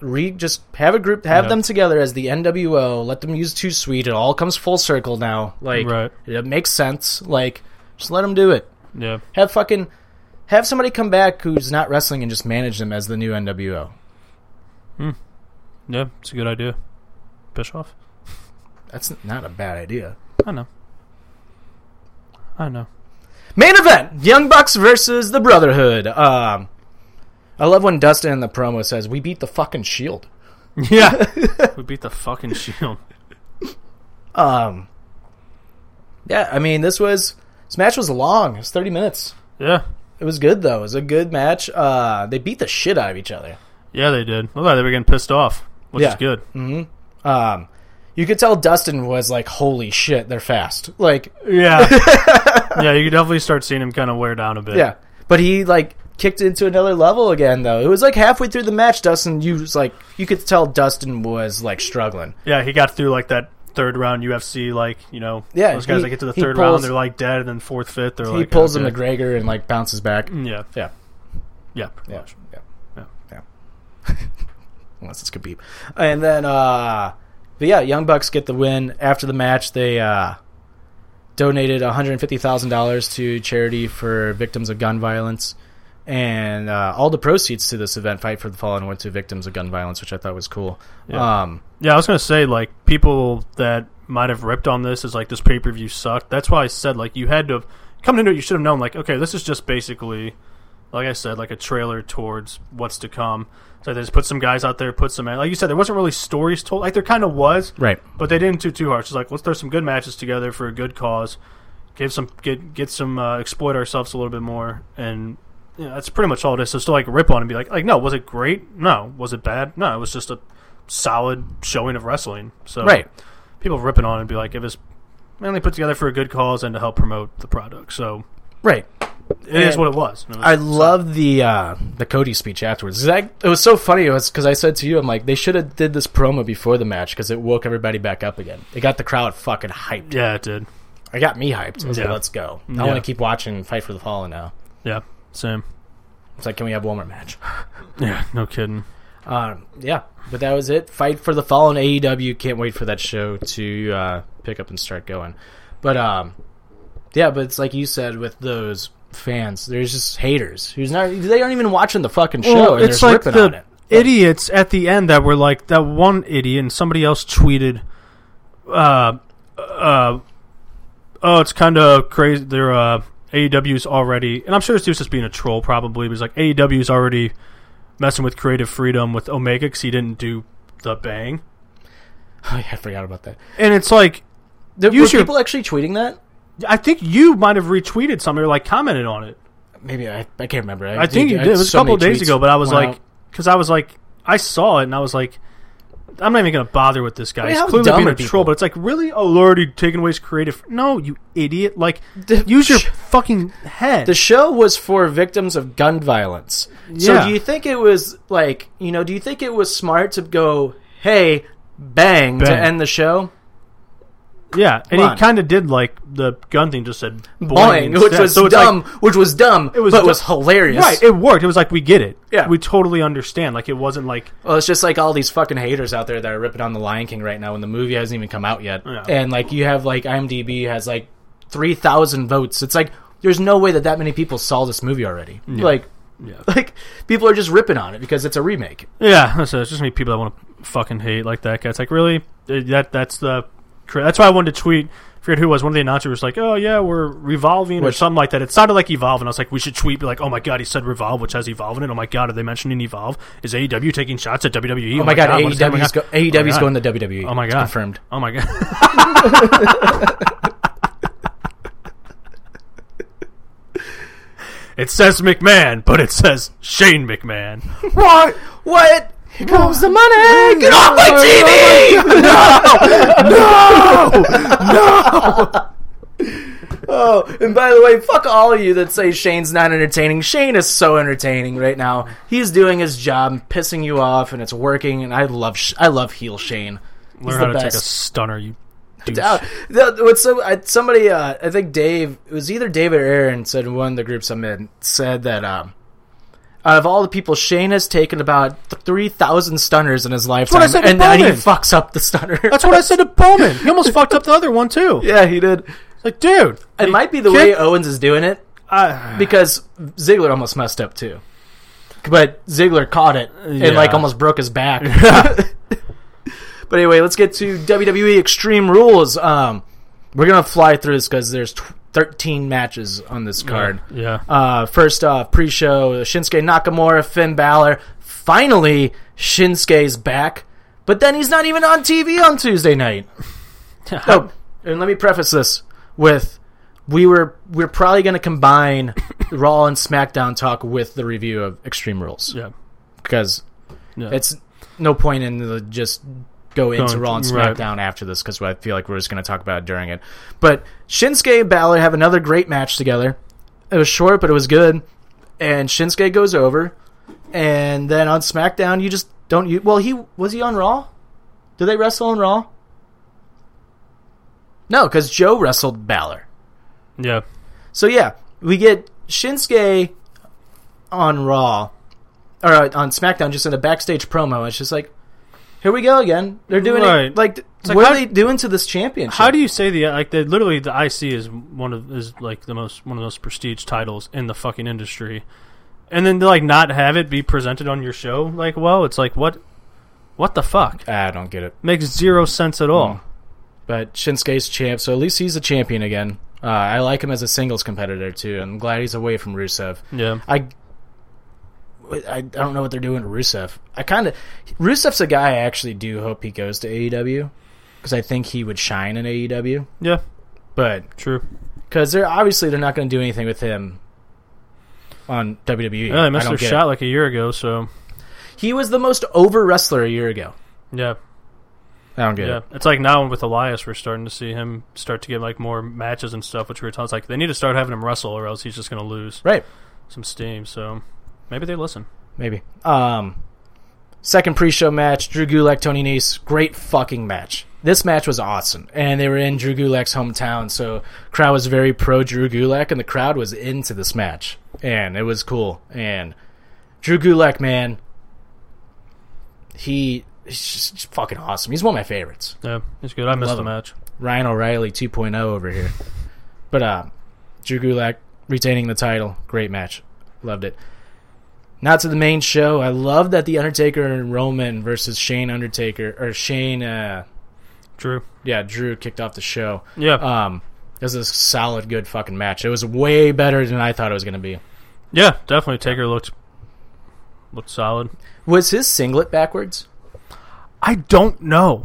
Re, just have a group, have
Yeah.
them together as the NWO. Let them use Too Sweet. It all comes full circle now. Like,
Right.
it makes sense. Like, just let them do it.
Yeah,
Have fucking have somebody come back who's not wrestling and just manage them as the new NWO.
yeah, it's a good idea. Bischoff.
That's not a bad idea.
I know. I know.
Main event: Young Bucks versus the Brotherhood. Um, I love when Dustin in the promo says, "We beat the fucking Shield."
Yeah, we beat the fucking Shield.
Um, yeah, I mean this was this match was long. It was thirty minutes.
Yeah,
It was good though. It was a good match. Uh, they beat the shit out of each other.
yeah, they did. Look, like they were getting pissed off, which
Yeah. Mm.
is good.
Um, you could tell Dustin was like, "Holy shit, they're fast!" Like
Yeah, yeah, you could definitely start seeing him kind of wear down a bit.
Yeah, but he like kicked it into another level again though. It was like halfway through the match, Dustin. You was like you could tell Dustin was like struggling.
Yeah, he got through like that third round UFC, like you know,
Yeah,
those guys
he-
that get to the
he
third
pulls-
round, they're like dead, and then fourth, fifth, they're
He
like Mm.
pulls
okay.
him McGregor and like bounces back.
Yeah,
Yeah,
yeah, pretty
yeah,
much.
yeah,
Yeah.
yeah. Unless it's Khabib, and then uh, but yeah, Young Bucks get the win after the match. They uh. Donated one hundred fifty thousand dollars to charity for victims of gun violence, and uh, all the proceeds to this event, Fight for the Fallen, went to victims of gun violence, which I thought was cool.
Yeah.
Um,
Yeah, I was gonna say like people that might have ripped on this is like this pay per view sucked. That's why I said like you had to have, coming into it. You should have known like okay, this is just basically like I said like a trailer towards what's to come. So they just put some guys out there, put some like you said there wasn't really stories told. Like there kind of was,
Right.
But they didn't do too hard. She's like let's throw some good matches together for a good cause. Give some get get some uh, exploit ourselves a little bit more and. Yeah, that's pretty much all it is. So, to like rip on and be like, like, no, was it great? No, was it bad? No, it was just a solid showing of wrestling. So
Right.
people ripping on it and be like, it was mainly put together for a good cause and to help promote the product. So
Right.
it is what it was. It was-
I love the uh, the Cody speech afterwards. That, it was so funny. It was because I said to you, I'm like, they should have did this promo before the match because it woke everybody back up again. It got the crowd fucking hyped.
yeah, it did.
It got me hyped. I was like,
Yeah.
let's go. I
Yeah.
want to keep watching Fight for the Fallen now.
Yeah, same.
It's like, can we have one more match?
Yeah, no kidding.
Um, yeah, but that was it. Fight for the Fallen E AEW. Can't wait for that show to uh, pick up and start going. But um, Yeah, but it's like you said with those fans. There's just haters who's not. They aren't even watching the fucking show. and
it's
they're
like
ripping
the
on it.
idiots at the end that were like that one idiot, and somebody else tweeted, uh, uh, "Oh, it's kind of crazy." They're uh, AEW's already, and I'm sure this dude's just being a troll, probably. But he's like, AEW's already messing with creative freedom with Omega because he didn't do the bang,
Oh, yeah, I forgot about that.
and it's like.
There, were
Use your-
people actually tweeting that?
I think you might have retweeted something or like commented on it.
Maybe I, I can't remember.
I think you
I
did. It was
so
a couple
many
days
tweets
ago, but I was
went
like,
out.
because I was like, I saw it and I was like, I'm not even gonna bother with this guy.
mean,
He's
how
clearly
dumb
being
are
a troll,
people?
but it's like, really? Oh, Lord, you taking away his creative? No, you idiot! Like,
The-
use your
sh-
fucking head.
the show was for victims of gun violence. So
Yeah.
do you think it was like you know? Do you think it was smart to go, hey, bang, to
Bang.
end the show?
yeah, and
on.
he kind of did like the gun thing. Just said
Boing, which
instead.
was
So it's like-
dumb, which was dumb,
It was
but
du-
was hilarious.
right, it worked. It was like we get it.
Yeah.
we totally understand. Like it wasn't like
Well, it's just like all these fucking haters out there that are ripping on the Lion King right now, and the movie hasn't even come out yet.
Yeah.
And like you have like IMDb has like three thousand votes. It's like there's no way that that many people saw this movie already. Like, like people are just ripping on it because it's a remake. Oh
Yeah, that's it. It's just gonna be people that want to fucking hate like that guy. It's like really Uh, that that's the cra- that's why I wanted to tweet. I forget who it was. One of the announcers was like, "Oh yeah, we're revolving or
Which-
something like that." It sounded like evolve, and I was like, "We should tweet be like, oh my god, he said revolve, which has evolve in it. Oh my god, are they mentioning evolve? Is AEW taking shots at E? WWE?
Oh my god,
what is going
AEW's,
on?
go-
Oh my
AEW's
God.
going to WWE.
Oh my
It's
god,
confirmed.
Oh my god, Oh it says McMahon, but it says Shane McMahon.
What? What? Here comes the money. Get off my TV! no! No! No! Oh, and by the way, fuck all of you that say Shane's not entertaining. Shane is so entertaining right now. He's doing his job, and pissing you off, and it's working. And I love, Sh- I love heel Shane. He's
Learn
the
how to take a
best.
stunner, you. douche.
Uh, the- what's so, I, somebody, uh, I think Dave, it was either David or Aaron said in one of the groups I'm in, said that um, out of all the people, Shane has taken about th- 3,000 stunners in his lifetime.
what I said to
and then he
Bowman.
fucks up the stunner.
That's what I said to Bowman. He almost fucked up the other one too.
yeah, he did.
Like, dude,
It might be the
kick-
way Owens is doing it
I,
because Ziggler almost messed up too. But Ziggler caught it and like
Yeah.
almost broke his back. but anyway, let's get to WWE Extreme Rules. Um, we're gonna fly through this because there's tw 13 matches on this card.
yeah,
Uh, first off, pre-show Shinsuke Nakamura, Finn Balor. Finally, Shinsuke's back, but then he's not even on TV on Tuesday night. oh, and let me preface this with we were we're probably going to combine Raw and SmackDown talk with the review of Extreme Rules
yeah.
because
Yeah.
it's no point in the just go into
Going-
Raw and
right.
SmackDown after this because I feel like we're just going to talk about it during it. But Shinsuke and Balor have another great match together. It was short, but it was good. And Shinsuke goes over, and then on SmackDown, you just don't. You well, he was he on Raw? Did they wrestle on Raw? No, because Joe wrestled Balor.
yeah.
So yeah, we get Shinsuke on Raw or uh, on SmackDown just in a backstage promo. It's just like, here we go again. They're doing it
Right.
like, th-
like,
what
how-
are they doing to this championship?
How do you say the like the literally the IC is one of is like the most one of the most prestige titles in the fucking industry, and then to like not have it be presented on your show like well it's like what what the fuck
Ah, I don't get it.
makes zero sense at all.
But Shinsuke's champ, so at least he's a champion again. Uh, I like him as a singles competitor too. I'm glad he's away from Rusev.
Mm. Yeah,
I, I don't know what they're doing to Rusev. I kind of Rusev's a guy I actually do hope he goes to AEW because I think he would shine in AEW.
yeah,
But
true.
because they're obviously they're not going to do anything with him on WWE.
Yeah,
I
they missed
don't
their
get
shot like a year ago, so
it. He was the most over wrestler a year ago.
yeah.
I don't get
Yeah,
it.
it's like now with Elias, we're starting to see him start to get like more matches and stuff, which we were telling. It's like they need to start having him wrestle, or else he's just going to lose
Right?
some steam. So maybe they listen.
Maybe. Um, second pre-show match: Drew Gulak, Tony Nese. Great fucking match. This match was awesome, and they were in Drew Gulak's hometown, so crowd was very pro Drew Gulak, and the crowd was into this match, and it was cool. And Drew Gulak, man, he he's just- just fucking awesome. He's one of my favorites.
Yeah, he's good. I missed
Love
the
him.
match.
Ryan O'Reilly 2.0 over here. oh But uh, Drew Gulak retaining the title. Great match. Loved it. Now to the main show. I love that The Undertaker and Roman versus Shane Undertaker, or Shane, uh,
Drew.
yeah, Drew kicked off the show.
Yeah.
Um, it was a solid, good fucking match. It was way better than I thought it was going to be.
yeah, definitely. Taker looked looked solid.
Was his singlet backwards?
I don't know.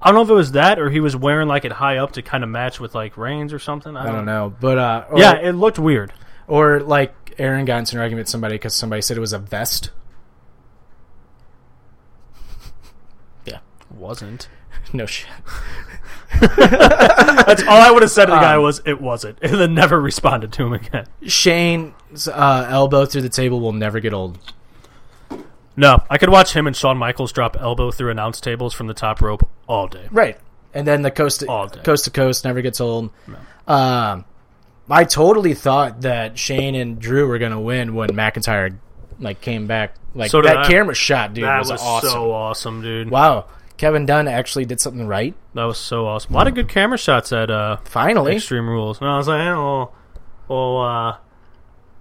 I don't know if it was that or he was wearing like it high up to kind of match with like Reigns or something. I
I
don't,
don't
know.
know, but uh, or,
Yeah, it looked weird.
or like Aaron got into an argument with somebody because somebody said it was a vest.
Wasn't.
No shit.
That's all I would have said to the guy was it wasn't, and then never responded to him again.
Shane's uh, elbow through the table will never get old.
No, I could watch him and Shawn Michaels drop elbow through announce tables from the top rope all day.
Right. And then the coast to,
All day.
coast to coast never gets old. Um, I totally thought that Shane and Drew were gonna win when McIntyre like came back. Like
So did
that
I.
camera shot, dude,
That
was,
was,
awesome.
so awesome, dude.
Wow, Kevin Dunn actually did something right.
That was so awesome. A lot of good camera shots at uh,
Finally,
Extreme Rules. And I was like, eh, well, well, uh,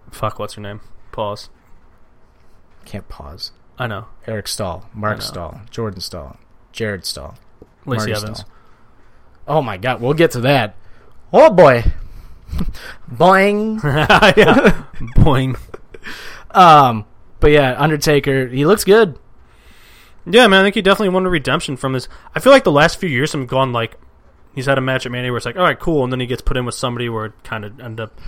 fuck, what's her name? Pause.
can't pause.
I know.
Eric Stahl, Mark Stahl, Jordan Stahl, Jared Stahl, Marty
Lacey Evans.
Stahl. Oh my God, we'll get to that. Oh boy, boing.
yeah. Boing.
Um, but yeah, Undertaker, he looks good.
Yeah, man, I think he definitely won a redemption from this. I feel like the last few years have gone like he's had a match at Mania where it's like, all right, cool, and then he gets put in with somebody where it kind of ended up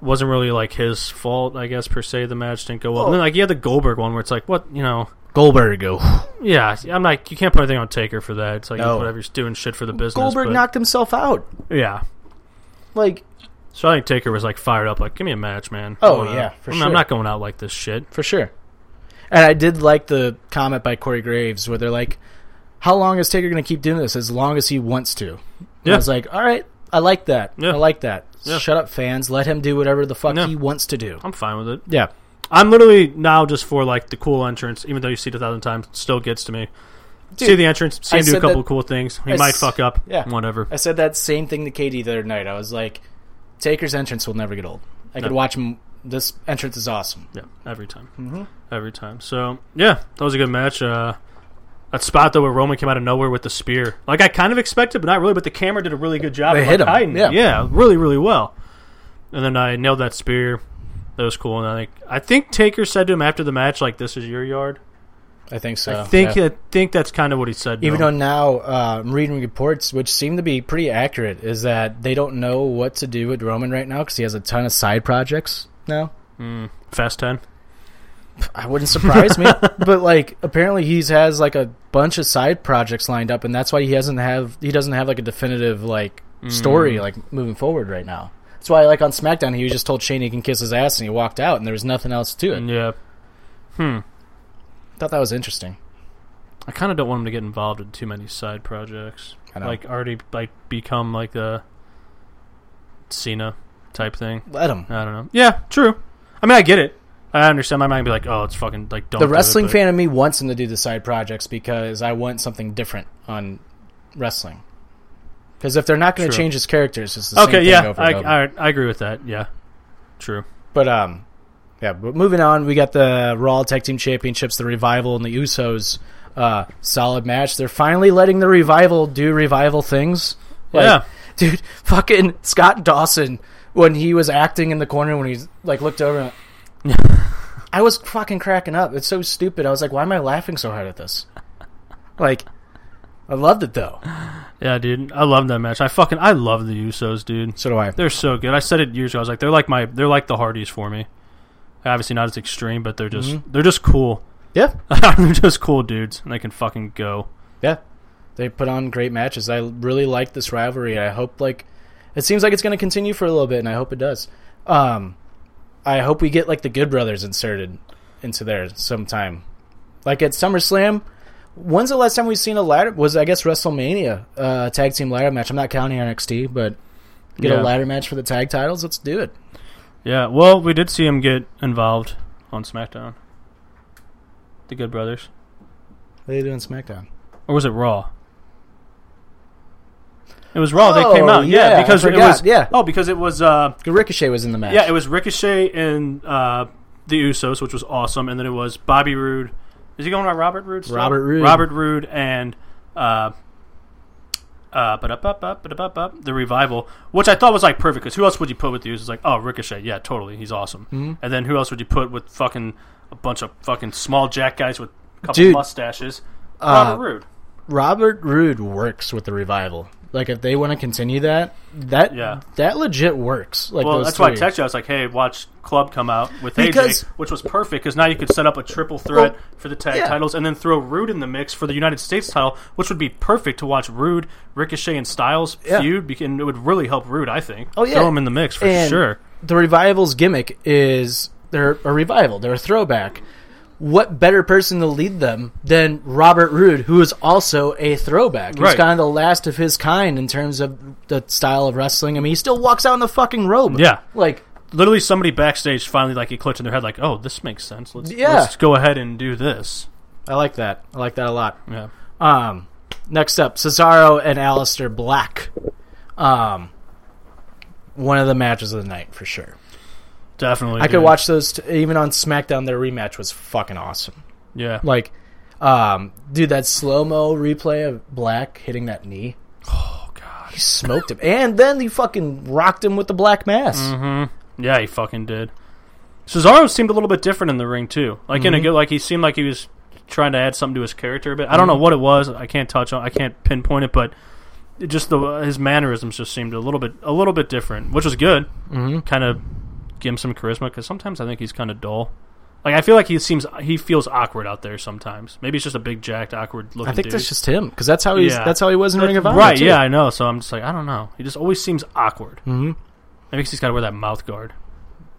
wasn't really like his fault, I guess per se. The match didn't go well. And then like he had the Goldberg one where it's like, what you know?
Goldberg, oh.
Yeah, I'm like, you can't put anything on Taker for that. It's like
No.
whatever, he's doing shit for the business.
Goldberg
but-
knocked himself out.
Yeah.
Like
So I think Taker was like fired up, like, give me a match, man.
Oh,
I'm not-
yeah, for
I'm,
sure.
I'm not going out like this shit.
for sure. And I did like the comment by Corey Graves where they're like, "How long is Taker going to keep doing this? As long as he wants to." And
Yeah.
I was like, "All right, I like that.
Yeah.
I like that.
Yeah.
Shut up, fans. Let him do whatever the fuck
Yeah.
he wants to do."
I'm fine with it.
Yeah,
I'm literally now just for like the cool entrance, even though you see it a thousand times, still gets to me. see the entrance, see
I
him do
said
a couple
that-
of cool things. He
I
might
s-
fuck up,
yeah.
whatever.
I said that same thing to Katie the other night. I was like, "Taker's entrance will never get old. I could watch him. This entrance is awesome."
Yeah, every time,
Mm-hmm.
every time. So yeah, that was a good match. Uh, that spot though where Roman came out of nowhere with the spear, like I kind of expected, but not really. But the camera did a really good job.
They
of,
hit
like,
him,
hiding it.
yeah.
yeah, really, really well. And then I nailed that spear. That was cool. And I think I think Taker said to him after the match, like, "This is your yard."
I think so.
I think
yeah.
I think that's kind of what he said. to
Even
him.
though now uh, I'm reading reports, which seem to be pretty accurate, is that they don't know what to do with Roman right now because he has a ton of side projects now.
Fast Ten.
I wouldn't surprise me, but like apparently he's has like a bunch of side projects lined up, and that's why he hasn't have he doesn't have like a definitive like
Mm.
story like moving forward right now. That's why like on SmackDown he was just told Shane he can kiss his ass, and he walked out, and there was nothing else to it.
Yeah.
Thought that was interesting.
I kind of don't want him to get involved in too many side projects.
I know.
Like already like become like a Cena type thing.
Let him.
I don't know. Yeah, true. I mean, I get it. I understand. My mind would be like, oh, it's fucking like don't.
the
do it,
wrestling
but-
fan of me wants him to do the side projects because I want something different on wrestling. Because if they're not going to
True.
change his characters, it's the same
Okay,
thing
yeah,
over
I,
and over.
I I agree with that. Yeah, true.
but um, yeah. But moving on, we got the Raw Tag Team Championships, the Revival, and the Usos. Uh, solid match. They're finally letting the Revival do Revival things. Like,
Yeah.
dude, fucking Scott Dawson when he was acting in the corner when he's like looked over. and- I was fucking cracking up. It's so stupid. I was like, why am I laughing so hard at this? Like, I loved it though.
Yeah, dude, I love that match. I fucking I love the Usos, dude.
So do I.
They're so good. I said it years ago. I was like, they're like my they're like the Hardys for me. Obviously not as extreme, but they're just
Mm-hmm.
they're just cool.
Yeah,
they're just cool dudes, and they can fucking go.
yeah. They put on great matches. I really like this rivalry. I hope like it seems like it's going to continue for a little bit, and I hope it does. Um, I hope we get like the Good Brothers inserted into there sometime. Like at SummerSlam, when's the last time we've seen a ladder? Was I guess WrestleMania uh, tag team ladder match? I'm not counting NXT, but get
Yeah.
a ladder match for the tag titles. Let's do it.
Yeah, well, we did see him get involved on SmackDown. The Good Brothers.
What are they doing SmackDown?
Or was it Raw? It was Raw.
Oh,
they came out. Yeah,
yeah, I
because it
forgot,
was.
yeah.
Oh, because it was. Uh,
Ricochet was in the match.
yeah, it was Ricochet and uh, the Usos, which was awesome, and then it was Bobby Roode. Is he going by Robert Roode? still?
Robert Roode.
Robert Roode and. Uh, uh, but up, up, up, but up, up, the revival, which I thought was like perfect because who else would you put with the Usos? Like, oh, Ricochet, yeah, totally, he's awesome.
Mm-hmm.
And then who else would you put with fucking a bunch of fucking small jack guys with a couple
Dude.
mustaches? Robert
Uh,
Roode.
Robert Roode works with the revival. Like if they want to continue that, that
Yeah.
that legit works. Like
Well,
those
that's
three.
why I texted you. I was like, "Hey, watch Club come out with
Because-
AJ," which was perfect because now you could set up a triple threat
Well,
for the tag
yeah.
titles, and then throw Rude in the mix for the United States title, which would be perfect to watch Rude, Ricochet, and Styles
Yeah.
feud. bec- And it would really help Rude, I think.
Oh, yeah.
throw him in the mix for
And
sure.
The revival's gimmick is they're a revival, they're a throwback. What better person to lead them than Robert Roode, who is also a throwback? He's
Right.
kind of the last of his kind in terms of the style of wrestling. I mean, he still walks out in the fucking robe.
Yeah.
like
Literally, somebody backstage finally like he clicked in their head, like, "Oh, this makes sense. Let's,
Yeah.
let's go ahead and do this."
I like that. I like that a lot.
Yeah,
Um, next up, Cesaro and Alistair Black. Um, one of the matches of the night for sure.
definitely.
I could
dude.
watch those t- even on SmackDown. Their rematch was fucking awesome.
Yeah,
Like, um, dude, that slow mo replay of Black hitting that knee. Oh god, he smoked him, and then he fucking rocked him with the black mass.
Mm-hmm, Yeah, he fucking did. Cesaro seemed a little bit different in the ring too. Like in a
Mm-hmm.
good, like he seemed like he was trying to add something to his character. But I
Mm-hmm.
don't know what it was. I can't touch on. I can't pinpoint it. But it just the his mannerisms just seemed a little bit a little bit different, which was good. Mm-hmm. Kind of give him some charisma because sometimes I think he's kind of dull. Like I feel like he seems he feels awkward out there sometimes. Maybe it's just a big jacked awkward looking.
I think
dude.
that's just him because that's how he's
Yeah.
that's how he was in Ring of Honor.
right.
too.
Yeah, I know. So I'm just like I don't know. He just always seems awkward. Mm-hmm. Maybe 'cause he's got to wear that mouth guard.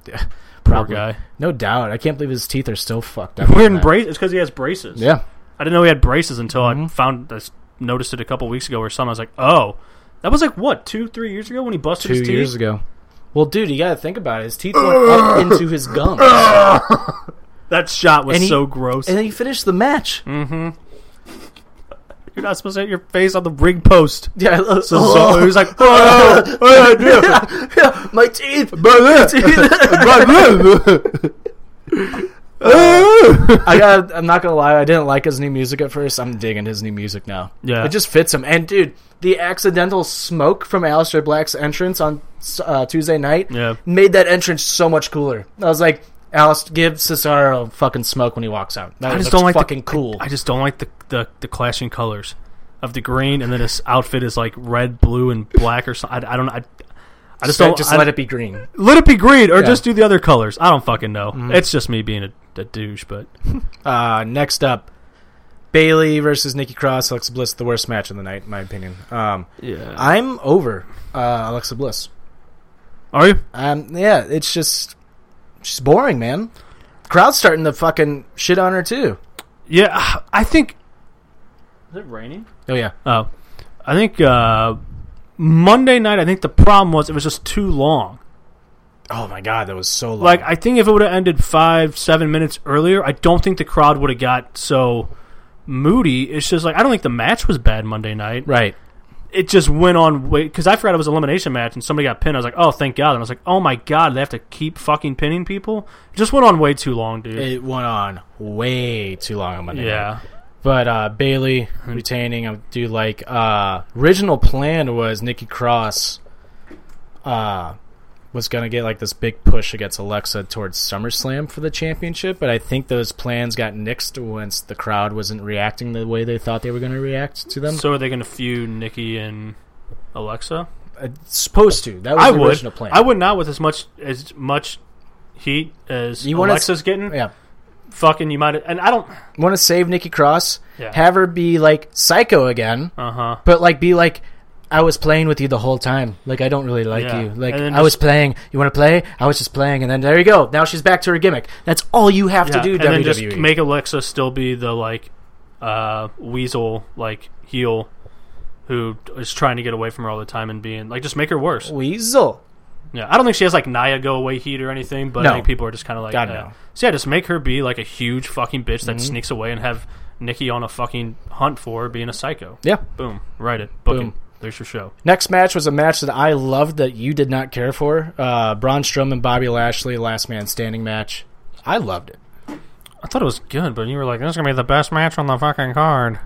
Poor
probably.
guy.
No doubt. I can't believe his teeth are still fucked up.
Wearing
from that.
braces. It's because he has braces.
Yeah.
I didn't know he had braces until
Mm-hmm.
I found I s- noticed it a couple weeks ago or something. I was like, oh, that was like what two, three years ago when he busted
two
his
years
teeth.
ago. Well, dude, you gotta think about it. His teeth went up into his gums,
That shot was
And he-
so gross.
and then he finished the match.
You're not supposed to have your face on the ring post.
Yeah,
So, so he was like, oh, no,
my teeth. Uh, I got. I'm not gonna lie. I didn't like his new music at first. I'm digging his new music now.
Yeah.
it just fits him. And dude, the accidental smoke from Aleister Black's entrance on uh, Tuesday night
Yeah.
made that entrance so much cooler. I was like, Alice, give Cesaro fucking smoke when he walks out. That
I just
looks
don't like the-
fucking cool.
I just don't like the, the the clashing colors of the green, and then his outfit is like red, blue, and black or something. I, I don't. I, I just
So
don't.
just
I-
let it be green.
let it be green, or just do the other colors. I don't fucking know.
Mm-hmm.
It's just me being a, a douche, but
Uh, next up, Bailey versus Nikki Cross. Alexa Bliss, the worst match of the night, in my opinion. Um,
yeah.
I'm over uh, Alexa Bliss.
Are you?
Um, yeah, it's just she's boring, man. Crowd's starting to fucking shit on her too.
Yeah, I think. Is it raining?
Oh yeah,
Oh, I think uh, Monday night. I think the problem was it was just too long.
Oh my god, that was so long.
Like I think if it would have ended five, seven minutes earlier, I don't think the crowd would have got so moody. It's just like I don't think the match was bad Monday night.
right.
It just went on way because I forgot it was an elimination match and somebody got pinned. I was like, oh thank God, and I was like, oh my God, they have to keep fucking pinning people. It just went on way too long, dude.
It went on way too long on Monday. night.
yeah,
But uh, Bailey retaining, I do like. Uh, original plan was Nikki Cross uh, was going to get like this big push against Alexa towards SummerSlam for the championship, but I think those plans got nixed once the crowd wasn't reacting the way they thought they were going to react to them.
so are they going to feud Nikki and Alexa?
It's Uh, supposed to. That was
I
the
would.
original plan.
I would not with as much as much heat as
You wanna s-
Alexa's getting.
Yeah.
Fucking, you might. And I don't.
Want to save Nikki Cross?
Yeah.
Have her be like psycho again,
Uh huh.
but like be like. I was playing with you the whole time. Like I don't really like
Yeah.
you. Like
And then
I was
just-
playing. You want to play? I was just playing, and then there you go. Now she's back to her gimmick. That's all you have to
Yeah.
do. E.
and
WWE.
then just make Alexa still be the like uh, weasel, like heel, who is trying to get away from her all the time and being like just make her worse.
Weasel.
Yeah, I don't think she has like Nia go away heat or anything, but
No.
I think people are just kind of like,
God,
eh.
no. Mm-hmm.
so yeah, just make her be like a huge fucking bitch that sneaks away and have Nikki on a fucking hunt for her being a psycho.
Yeah.
Boom, write it, book
Boom.
it. There's your show.
Next match was a match that I loved that you did not care for. Uh, Braun Strowman, Bobby Lashley, last man standing match. I loved it.
I thought it was good, but you were like, "This is gonna be the best match on the fucking card."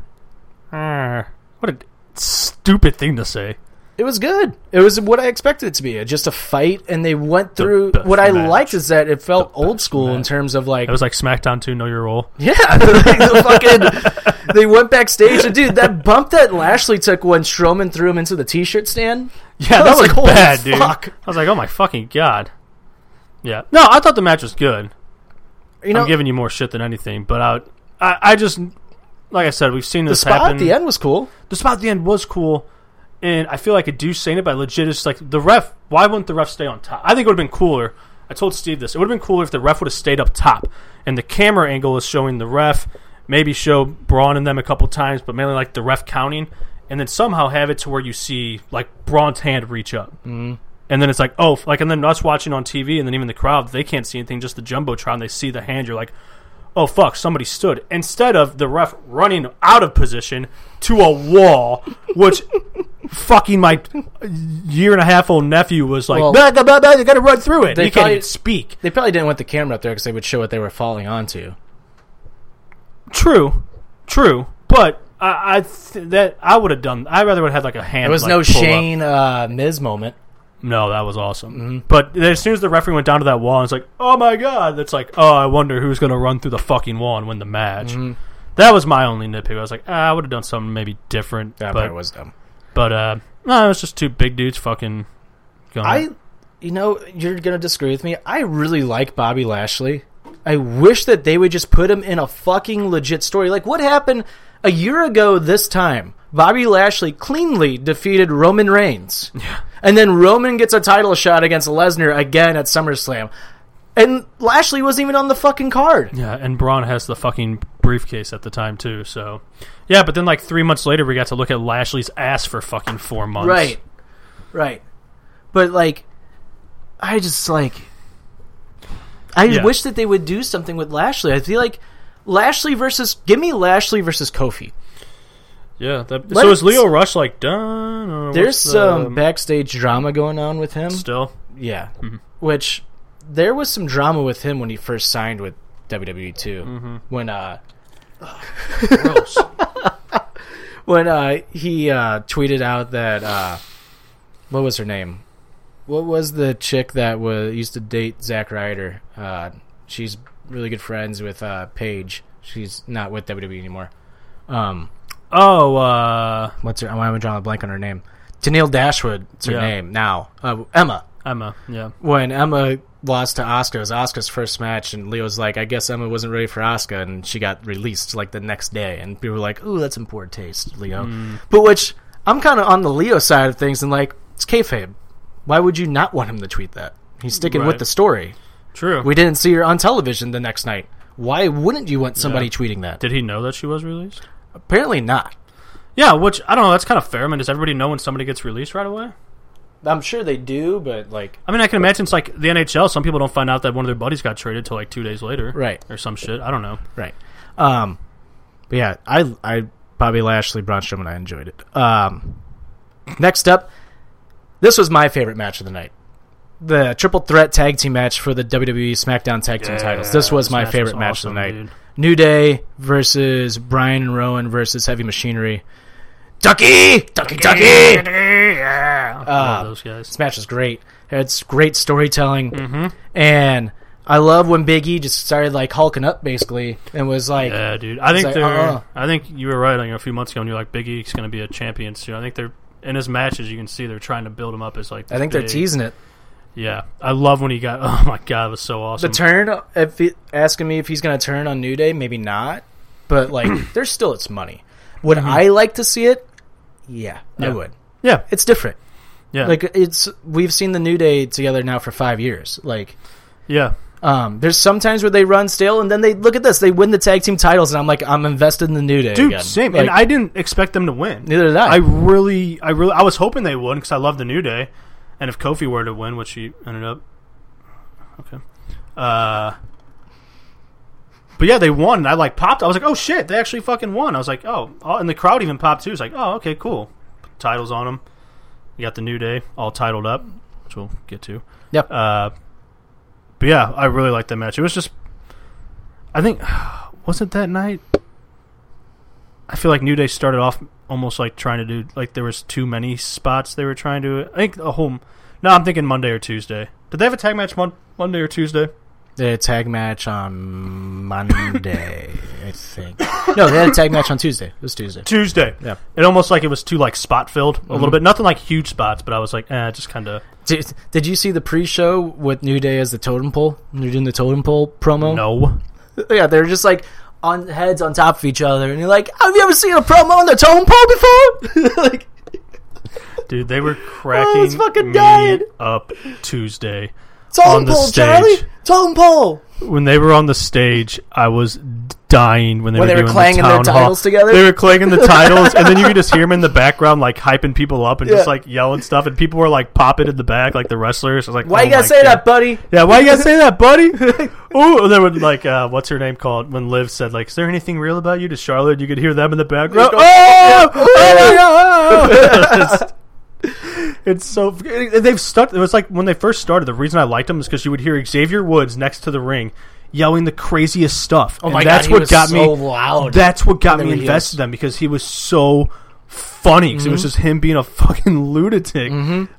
Ah, what a stupid thing to say.
It was good. It was what I expected it to be. Just a fight, and they went through.
best
What I
match.
liked is that it felt old school in
match.
terms of like
It was like SmackDown 2 Know Your Role.
Yeah, like the fucking. They went backstage and dude, that bump that Lashley took when Strowman threw him into the t-shirt stand.
Yeah,
I was like, "Holy fuck."
I was like, "Oh my fucking god." Yeah, no, I thought the match was good.
You know,
I'm giving you more shit than anything, but I, I, I just, like I said, we've seen
the
this
spot
happen.
at the end was cool.
the spot at the end was cool, and I feel like a douche saying it, but I legit is like the ref. Why wouldn't the ref stay on top? I think it would have been cooler. I told Steve this. It would have been cooler if the ref would have stayed up top, and the camera angle is showing the ref. Maybe show Braun and them a couple times, but mainly like the ref counting, and then somehow have it to where you see like Braun's hand reach up, mm. and then it's like oh, like and then us watching on TV, and then even the crowd they can't see anything, just the jumbotron. They see the hand. You're like, oh fuck, somebody stood. Instead of the ref running out of position to a wall, which fucking my year and a half old nephew was like,
Well,
blah, blah, blah, blah, you gotta run through it.
they
He can't
probably-
even speak.
They probably didn't want the camera up there because they would show what they were falling onto.
True, true, but I, I th- that I would have done. I rather would have had like a hand.
There was
like,
no
pull up.
Shane uh, Miz moment.
No, that was awesome.
Mm-hmm.
But as soon as the referee went down to that wall, it's like, oh my god, that's like, oh, I wonder who's going to run through the fucking wall and win the match.
Mm-hmm.
That was my only nitpick. I was like, ah, I would have done something maybe different.
That
but
part was dumb.
But uh, no, it was just two big dudes fucking. Going.
I, you know, you're gonna disagree with me. I really like Bobby Lashley. I wish that they would just put him in a fucking legit story. Like what happened a year ago this time? Bobby Lashley cleanly defeated Roman Reigns, and then Roman gets a title shot against Lesnar again at SummerSlam, and Lashley wasn't even on the fucking card.
yeah, and Braun has the fucking briefcase at the time too. So yeah, but then like three months later, we got to look at Lashley's ass for fucking four months.
Right. Right. But like I just like I
Yeah.
wish that they would do something with Lashley. I feel like Lashley versus give me Lashley versus Kofi.
Yeah. That,
Let's-
so is Leo Rush like done? Or what's
There's some
the- um,
backstage drama going on with him.
still.
Yeah.
Mm-hmm.
Which there was some drama with him when he first signed with WWE too.
Mm-hmm.
When uh when uh he uh tweeted out that uh what was her name? What was the chick that was used to date Zack Ryder? Uh she's really good friends with uh Paige. She's not with WWE anymore. Um
Oh, uh,
what's her why am I drawing a blank on her name? Tennille Dashwood is her
Yeah.
name now. Uh, Emma
Emma. Yeah.
when Emma lost to Asuka, it was Asuka's first match, and Leo's like, I guess Emma wasn't ready for Asuka, and she got released like the next day. And people were like, Ooh, that's in poor taste, Leo. But which I'm kind of on the Leo side of things, and like, it's kayfabe. Why would you not want him to tweet that? He's sticking with
Right.
the story.
True.
We didn't see her on television the next night. Why wouldn't you want somebody
Yeah.
tweeting that?
Did he know that she was released?
Apparently not.
Yeah, which I don't know. That's kind of fair. I mean, does everybody know when somebody gets released right away?
I'm sure they do, but like,
I mean, I can imagine it's like the NHL. Some people don't find out that one of their buddies got traded till like two days later,
Right.
Or some shit. I don't know.
Right. Um, but yeah, I, I, Bobby Lashley, Braun Strowman, I enjoyed it. Um, next up, this was my favorite match of the night. The triple threat tag team match for the WWE SmackDown tag team titles. This was
this
my
match
favorite
was
match
awesome,
of the night.
dude.
New Day versus Brian and Rowan versus Heavy Machinery. Ducky, Ducky, Ducky. Uh,
I love those guys.
This match is great. It's great storytelling,
Mm-hmm.
and I love when Big E just started like hulking up basically and was like,
Yeah, dude. I think
like,
they're.
uh-uh.
I think you were right. Like, a few months ago, and you're like, Big E's going to be a champion soon. I think they're in his matches. You can see they're trying to build him up as like.
I think they're
big-
teasing it.
Yeah, I love when he got. Oh my god, it was so
The
awesome.
turn, if he, asking me if he's going to turn on New Day, maybe not. But like, there's still its money. Would I like to see it? Yeah, I
Mm-hmm. Yeah.
would.
yeah,
It's different.
yeah,
Like it's we've seen the New Day together now for five years. Like,
yeah.
um, there's sometimes where they run stale, and then they look at this. They win the tag team titles, and I'm like, I'm invested in the New Day.
Dude,
again.
same.
Like,
and I didn't expect them to win.
Neither did I.
I really, I really, I was hoping they would because I love the New Day, and if Kofi were to win, which he ended up, okay. Uh, but yeah, they won. And I like popped. I was like, oh shit, they actually fucking won. I was like, oh, oh and the crowd even popped too. It's like, oh, okay, cool. titles on them. You got the New Day all titled up, which we'll get to.
Yep.
Uh, but yeah, I really liked that match. It was just, I think, wasn't that night? I feel like New Day started off almost like trying to do like there was too many spots they were trying to. I think a home. No, I'm thinking Monday or Tuesday. Did they have a tag match mon- Monday or Tuesday?
The tag match on Monday, I think. No, they had a tag match on Tuesday. It was Tuesday.
Tuesday.
Yeah.
It almost like it was too like spot filled a little bit. Nothing like huge spots, but I was like, eh, just kind of
Did, did you see the pre-show with New Day as the totem pole? When They're doing the totem pole promo.
no.
Yeah, they're just like on heads on top of each other, and you're like, "Have you ever seen a promo on the totem pole before?" like,
Dude, they were cracking
I was fucking
me
dying.
up Tuesday. On
totem
the
pole,
stage.
Charlie. Totem pole.
When they were on the stage, I was dying when they
When they
were
were
doing
clanging
the
their
town hall.
titles together?
They were clanging the titles, and then you could just hear them in the background, like hyping people up and just
Yeah.
like yelling stuff. And people were like popping in the back, like the wrestlers. I was like,
Why
oh
you gotta
my
say
God.
that, buddy?
Yeah, why you gotta say that, buddy? Ooh, they would like uh, what's her name called when Liv said like, "Is there anything real about you?" to Charlotte, you could hear them in the background. Oh, oh my God. It's so and they've stuck. It was like when they first started. The reason I liked them is because you would hear Xavier Woods next to the ring yelling the craziest stuff. Oh
my
that's
God, he
what
was
got
so
me
loud.
That's what got
They
me
were
invested in them because he was so funny. 'cause it
Mm-hmm.
was just him being a fucking lunatic.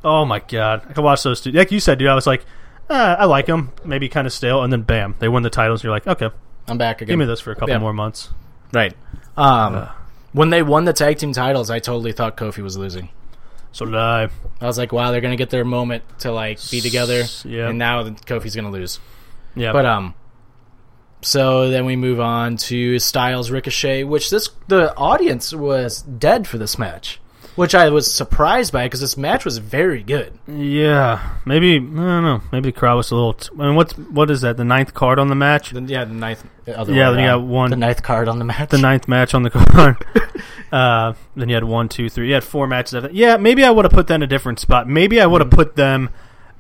Oh my god, I could watch those two. Like you said, dude, I was like, uh, I like them, maybe kind of stale, and then bam, they win the titles. And you're like, okay,
I'm back again.
give me this for a couple
Yeah.
more months.
Right. Um, when they won the tag team titles, I totally thought Kofi was losing.
So did I.
I was like, wow, they're gonna get their moment to like be together,
yeah.
and now Kofi's gonna lose.
Yeah,
But um, so then we move on to Styles Ricochet, which this the audience was dead for this match, which I was surprised by because this match was very good.
yeah, maybe I don't know. Maybe the crowd was a little. T- I mean, what's what is that? The ninth card on the match.
Then yeah, the ninth. the Other
Yeah,
way
then you
around.
got one-
The ninth card on the match.
the ninth match on the card. uh, then you had one, two, three. You had four matches. After. Yeah, maybe I would have put them in a different spot. Maybe I would
Hmm.
have put them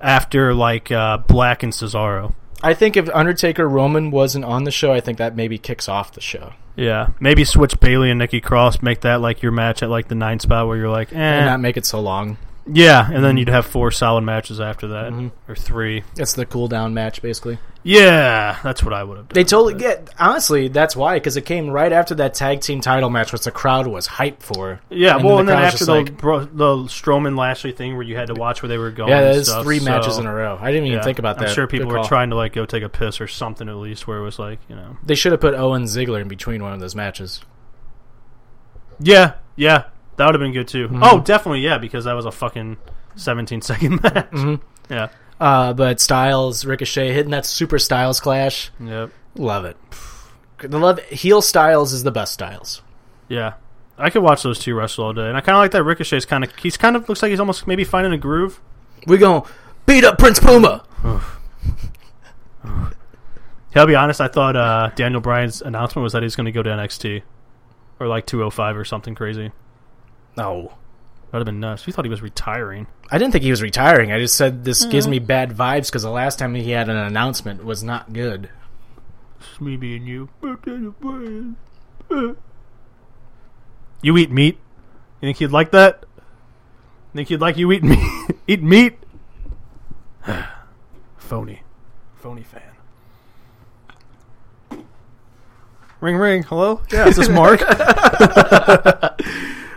after like uh, Black and Cesaro.
I think if Undertaker Roman wasn't on the show, I think that maybe kicks off the show.
Yeah, maybe switch Bailey and Nikki Cross. Make that like your match at like the ninth spot where you're like, eh.
And Hmm. not make it so long.
yeah, and then you'd have four solid matches after that
Mm-hmm.
or three.
It's the cooldown match, basically.
Yeah, that's what I would have done.
They totally get. Honestly, that's why because it came right after that tag team title match, which the crowd was hyped for.
yeah, well, and then
crowd's
after
just
the
like,
bro, the Strowman Lashley thing where you had to watch where they were going.
yeah,
and
that is
stuff,
three matches
so-
in a row. I didn't even
Yeah,
think about that.
I'm sure people
Good
were
call.
trying to like go take a piss or something at least, where it was like you know.
They should have put Owen Ziggler in between one of those matches.
Yeah, yeah, that would have been good too.
Mm-hmm.
Oh, definitely, yeah, because that was a fucking 17 second match. Yeah,
Uh, but Styles, Ricochet hitting that Super Styles clash,
yep,
love it. The love heel Styles is the best Styles.
yeah. I could watch those two wrestle all day, and I kind of like that Ricochet's kind of he's kind of looks like he's almost maybe finding a groove.
We gonna beat up Prince Puma.
Hey, I'll be honest, I thought uh, Daniel Bryan's announcement was that he's going to go to NXT or like 205 or something crazy.
No,
That would have been nuts. We thought he was retiring.
I didn't think he was retiring. I just said this gives me bad vibes because the last time he had an announcement was not good.
me being you. Daniel Bryan. You eat meat? You think he'd like that? Think he'd like you eat meat? eat meat? Phony. Phony fan. Ring ring. Hello? Yeah, is this Mark?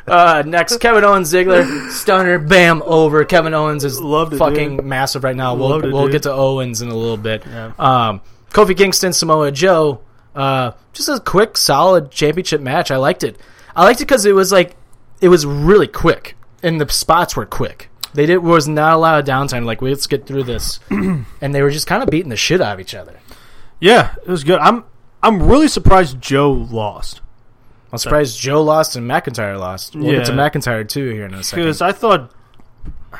Uh, next, Kevin Owens, Ziggler, stunner, bam, over. Kevin Owens is
Loved it,
fucking
dude.
massive right now. We'll,
Loved it,
we'll
dude.
get to Owens in a little bit.
Yeah.
Um, Kofi Kingston, Samoa Joe, uh, just a quick, solid championship match. I liked it. I liked it because it was like it was really quick, and the spots were quick. They did was not a lot of downtime. Like, let's get through this, and they were just kind of beating the shit out of each other.
yeah, it was good. I'm I'm really surprised Joe lost.
I'm surprised Joe lost and McIntyre lost. We'll get to
Yeah.
McIntyre too here in a second.
Because I thought I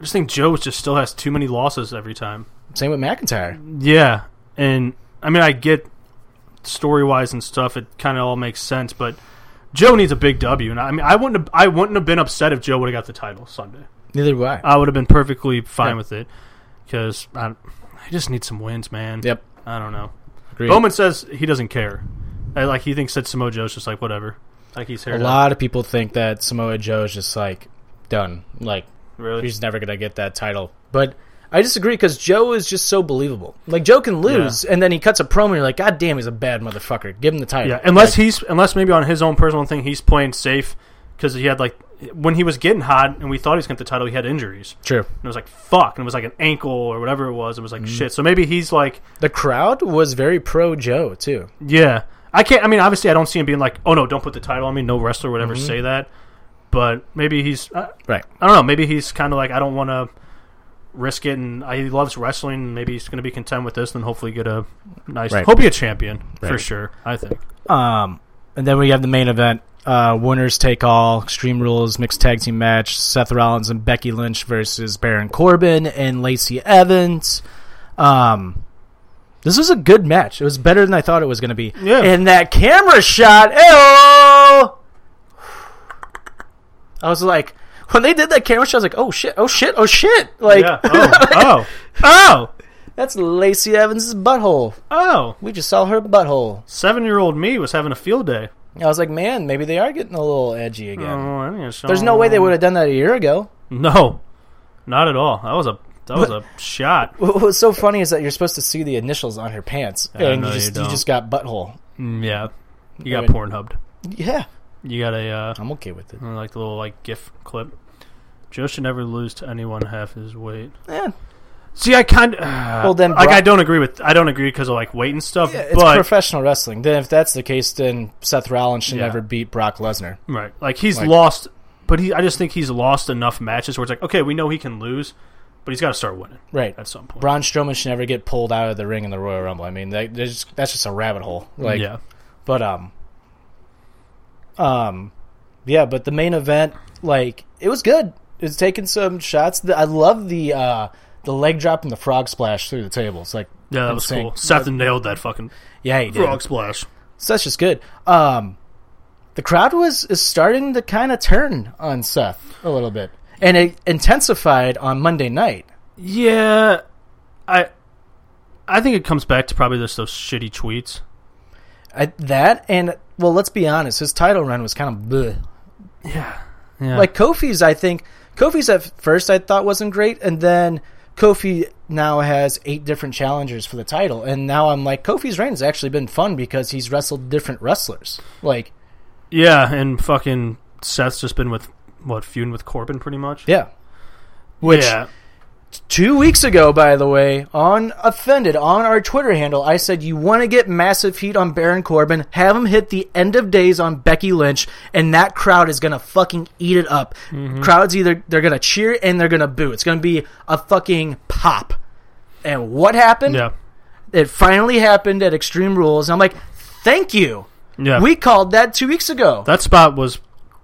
just think Joe just still has too many losses every time.
Same with McIntyre.
Yeah, and I mean, I get story wise and stuff; it kind of all makes sense. But Joe needs a big W, and I mean, I wouldn't, have, I wouldn't have been upset if Joe would have got the title Sunday.
Neither do I.
I would have been perfectly fine
Yeah.
with it because I, I just need some wins, man.
Yep.
I don't know.
Agreed.
Bowman says he doesn't care. I, like he thinks that Samoa Joe's just like whatever. think he's
A
here. now.
lot of people think that Samoa Joe is just like done. Like
Really?
he's never gonna get that title. But I disagree because Joe is just so believable. Like Joe can lose, and then he cuts a promo. and You're like, God damn, he's a bad motherfucker. Give him the title.
Yeah, unless
Like,
he's unless maybe on his own personal thing he's playing safe because he had like when he was getting hot and we thought he was going to the title he had injuries
true.
and it was like fuck and it was like an ankle or whatever it was it
Mm.
was like shit so maybe he's like
The crowd was very pro Joe too.
yeah I can't I mean obviously I don't see him being like oh no don't put the title on me no wrestler would
Mm-hmm.
ever say that but maybe he's I,
Right.
I don't know maybe he's kind of like I don't want to risk it and I, he loves wrestling maybe he's going to be content with this and hopefully get a nice
Right.
hope be a champion for
Right.
sure I think
Um, and then we have the main event: uh, winners take all, Extreme Rules mixed tag team match. Seth Rollins and Becky Lynch versus Baron Corbin and Lacey Evans. Um, this was a good match. It was better than I thought it was going to be.
Yeah.
And that camera shot, oh! I was like, when they did that camera shot, I was like, oh shit, oh shit, oh shit! Like,
yeah oh oh
that's Lacey Evans' butthole.
oh oh
We just saw her butthole.
Seven year old me was having a field day.
I was like, man, maybe they are getting a little edgy again.
Oh, I think I saw-
There's no way they would have done that a year ago.
No, not at all. That was a that was a shot.
What was so funny is that you're supposed to see the initials on her pants, and
no,
you
you
just you,
don't.
just got butthole.
Mm, yeah, you
I
got
mean-
porn hubbed.
Yeah,
You got a uh,
I'm okay with it.
like the little like GIF clip. Joe should never lose to anyone half his weight.
Eh,
See, I kind of
Well, then
like
Brock-
I don't agree with I don't agree because of like weight and stuff.
it's
but
professional wrestling. Then if that's the case, then Seth Rollins should
Yeah.
never beat Brock Lesnar.
right, like he's
Like-
lost, but he I just think he's lost enough matches where it's like okay, we know he can lose, but he's got to start winning
Right.
at some point.
Braun Strowman should never get pulled out of the ring in the Royal Rumble. I mean, that, there's just, that's just a rabbit hole. Like,
yeah,
But um, um, yeah. But the main event, like, it was good. It was taking some shots. The- I love the uh, the leg drop and the frog splash through the tables. Like,
yeah, that was
insane.
cool. Seth nailed that fucking
Yeah, he did.
frog splash.
So that's just good. Um, the crowd was is starting to kind of turn on Seth a little bit, and it intensified on Monday night.
Yeah, I I think it comes back to probably just those shitty tweets.
I, that and well, let's be honest, his title run was kind of bleh.
Yeah, yeah.
Like Kofi's, I think Kofi's at first I thought wasn't great, and then Kofi now has eight different challengers for the title, and now I'm like Kofi's reign's actually been fun because he's wrestled different wrestlers. Like,
yeah, and fucking Seth's just been with what feuding with Corbin pretty much.
yeah. Which
yeah,
two weeks ago, by the way, on offended on our Twitter handle, I said you want to get massive heat on Baron Corbin, have him hit the end of days on Becky Lynch, and that crowd is gonna fucking eat it up.
Mm-hmm.
Crowds either they're gonna cheer and they're gonna boo. It's gonna be a fucking pop. And what happened?
yeah,
It finally happened at Extreme Rules. And I'm like, thank you.
yeah.
We called that two weeks ago.
that spot was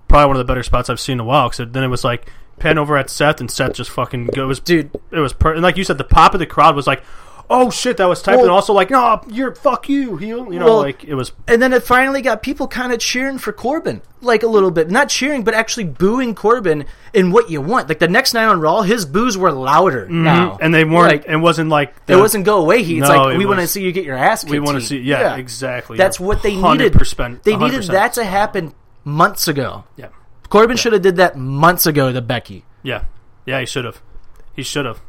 probably one of the better spots I've seen in a while. Because then it was like pan over at Seth, and Seth just fucking go. It was
Dude.
it was per- and like you said, the pop of the crowd was like. Oh shit! That was type,
Well-
and also like, no, you're fuck you, heel. You know,
Well-
like it was
and then it finally got people kind of cheering for Corbin, like a little bit, not cheering, but actually booing Corbin in what you want. Like the next night on Raw, his boos were louder now,
Mm-hmm. and they weren't.
Like,
it wasn't like
it wasn't go away heat. It's
No,
like
it
we want to
was-
see you get your ass. Kicked
We want to
heat.
see, yeah, exactly.
That's
You're
what they
100%,
needed. They needed
100%.
that to happen months ago.
Yeah,
Corbin should have did that months ago to Becky.
yeah, yeah. He should have. He should have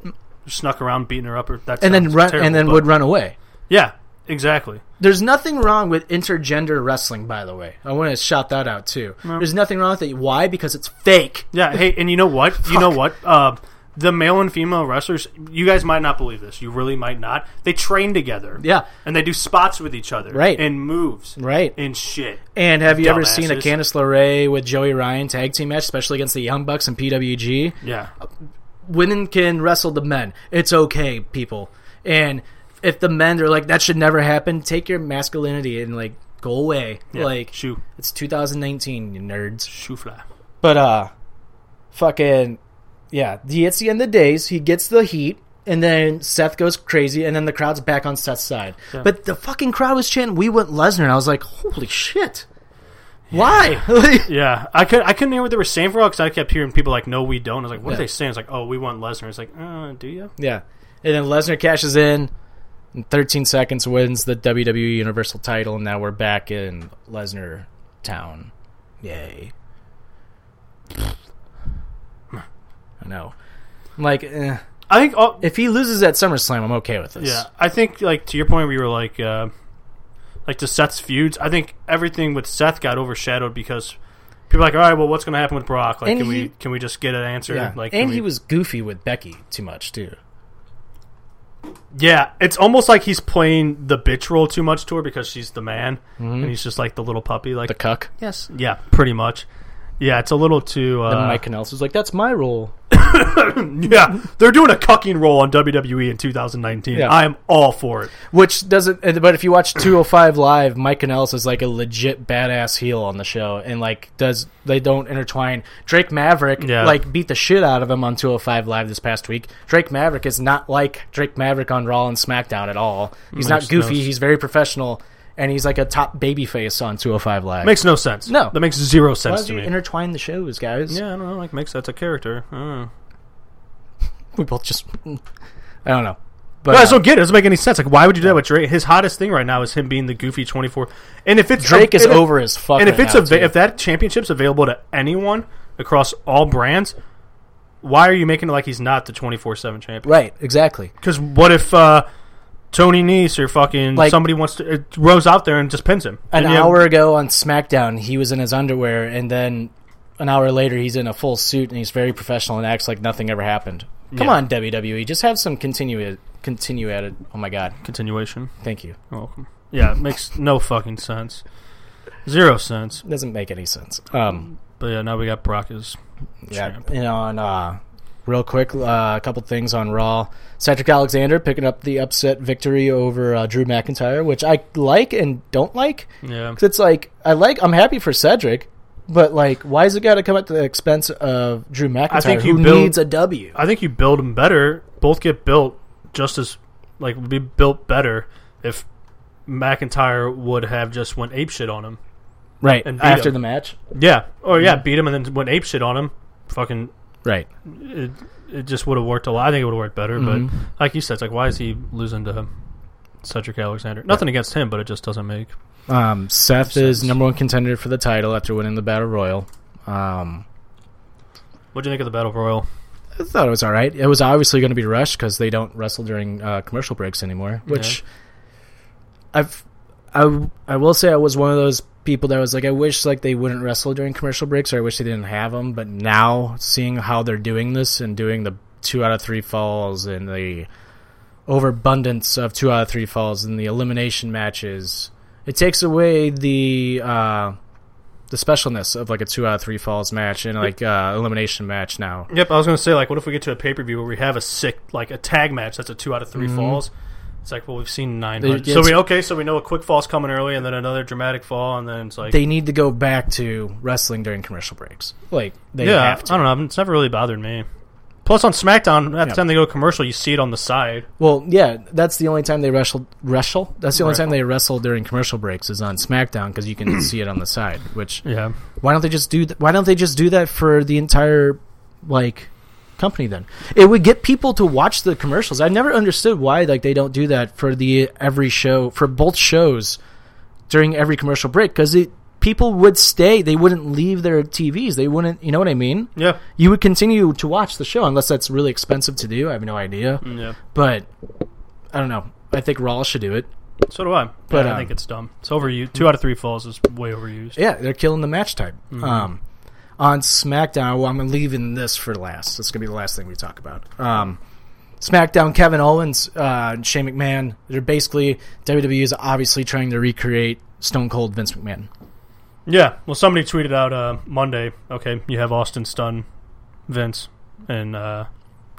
snuck around beating her up, or that
and then
sounds
run,
terrible,
and then
but-
would run away.
Yeah, exactly.
There's nothing wrong with intergender wrestling, by the way. I want to shout that out too. There's nothing wrong with it. Why? Because it's fake.
Yeah. Hey, and you know what? You know what? Uh, the male and female wrestlers. You guys might not believe this. You really might not. They train together.
Yeah.
and they do spots with each other.
Right.
and moves.
Right.
and shit.
And have you ever seen a
Dumbasses.
Candice LeRae with Joey Ryan tag team match, especially against the Young Bucks and PWG?
Yeah,
Women can wrestle the men. It's okay, people. And if the men are like, that should never happen, take your masculinity and like go away.
yeah.
Like
shoe
it's 2019, you nerds.
shoe fly.
But uh, fucking yeah, he hits the end of the days. He gets the heat. And then Seth goes crazy, and then the crowd's back on Seth's side. But the fucking crowd was chanting, "We want Lesnar," and I was like, "Holy shit! Why?"
Yeah, I could I couldn't hear what they were saying for a while because I kept hearing people like, "No, we don't." I was like, "What
Yeah.
are they saying?" It's like, "Oh, we want Lesnar." It's like, uh, "Do you?"
Yeah. And then Lesnar cashes in. In 13 seconds, E wins the WWE Universal title, and now we're back in Lesnar town. Yay. I know. I'm like, eh.
I think all,
if he loses at SummerSlam, I'm okay with this.
Yeah, I think like to your point, we were like, uh, like to Seth's feuds. I think everything with Seth got overshadowed because people are like, all right, well, what's going to happen with Brock? Like,
And
can we
he-
can we just get an answer?
Yeah.
Like, can
and he
we-
was goofy with Becky too much too.
yeah. It's almost like he's playing the bitch role too much to her because she's the man and he's just like the little puppy. Like,
Mm-hmm. The cuck.
yes, yeah, pretty much. Yeah, it's a little too. Uh,
And Mike Kanellis was like, "That's my role."
yeah, they're doing a cucking role on WWE in 2019.
Yeah.
I am all for it.
Which doesn't. uh, But if you watch 205 Live, Mike Kanellis is like a legit badass heel on the show, and like does they don't intertwine. Drake Maverick
Yeah.
like beat the shit out of him on 205 Live this past week. Drake Maverick is not like Drake Maverick on Raw and SmackDown at all. He's
Makes
not goofy.
no s-
He's very professional, and he's like a top babyface on 205 Live.
Makes no sense.
No.
that makes zero
Why
sense
do
to
you
me.
intertwine the shows, guys?
yeah, I don't know. Like, makes that's a character. I don't know.
we both just. I don't know. But
No, I
uh,
just don't get it. It doesn't make any sense. Like, why would you do that with Drake? His hottest thing right now is him being the goofy twenty four. And if it's
Drake is
and if-
over as fuck.
and if
right
it's
now,
ava-
too.
if that championship's available to anyone across all brands, why are you making it like he's not the twenty four seven champion?
right, exactly.
Because what if uh, Tony Nese or fucking
Like-
somebody wants to it rows out there and just pins him
an
And you-
hour ago on SmackDown, he was in his underwear, and then an hour later, he's in a full suit and he's very professional and acts like nothing ever happened. Come
Yeah.
on, WWE, just have some continue continue at it. Oh my God,
continuation?
thank you.
You're welcome. Yeah, it makes no fucking sense. Zero sense.
Doesn't make any sense. Um,
But yeah, now we got Brock is
yeah,
Champ.
you know, and uh, real quick, uh, a couple things on Raw. Cedric Alexander picking up the upset victory over uh, Drew McIntyre, which I like and don't like.
yeah.
'Cause it's like I like I'm happy for Cedric, but like why is it got to come at the expense of Drew McIntyre?
think you
who
build-
needs a W.
I think you build them better. Both get built just as like would be built better if McIntyre would have just went ape shit on him.
right
and beat
after
him.
the match.
Yeah, or yeah, beat him and then went ape shit on him. Fucking,
Right.
it, it just would have worked a lot. I think it would have worked better. But like you said, it's like why is he losing to Cedric Alexander? Nothing against him, but it just doesn't make.
Um, Seth is number one contender for the title after winning the Battle Royal. Um,
What do you think of the battle royal?
I thought it was all right. It was obviously going to be rushed because they don't wrestle during uh, commercial breaks anymore. Which I've I I will say I was one of those people that was like I wish like they wouldn't wrestle during commercial breaks or I wish they didn't have them. But now seeing how they're doing this and doing the two out of three falls and the overabundance of two out of three falls and the elimination matches, it takes away the. Uh, the specialness of like a two out of three falls match and like uh, elimination match now.
Yep, I was gonna say like, what if we get to a pay per view where we have a sick like a tag match that's a two out of 3 falls? It's like, well, we've seen nine.
Mm-hmm. They-
So
it's-
we okay, so we know a quick fall's coming early, and then another dramatic fall, and then it's like,
they need to go back to wrestling during commercial breaks. Like they
yeah,
have to.
I don't know, it's never really bothered me. Plus, on SmackDown, at the
Yeah.
time they go commercial, you see it on the side.
Well, yeah, that's the only time they wrestle. Wrestle. That's the only
Wrestle.
time they wrestle during commercial breaks is on SmackDown because you can see it on the side. Which
Yeah,
why don't they just do? Th- why don't they just do that for the entire like company? Then it would get people to watch the commercials. I never understood why like they don't do that for the every show for both shows during every commercial break because it people would stay. They wouldn't leave their TVs. They wouldn't. You know what I mean?
yeah,
you would continue to watch the show unless that's really expensive to do. I have no idea,
yeah.
but I don't know. I think Raw should do it.
So do I. But
But,
I
um,
think it's dumb. It's overused. Two out of three falls is way overused.
Yeah, they're killing the match type.
Mm-hmm.
Um, on SmackDown, well, I'm leaving this for last. It's gonna be the last thing we talk about. Um, SmackDown, Kevin Owens, uh, and Shane McMahon. They're basically WWE is obviously trying to recreate Stone Cold Vince McMahon.
Yeah. Well, somebody tweeted out uh, Monday. Okay, you have Austin stun Vince and uh,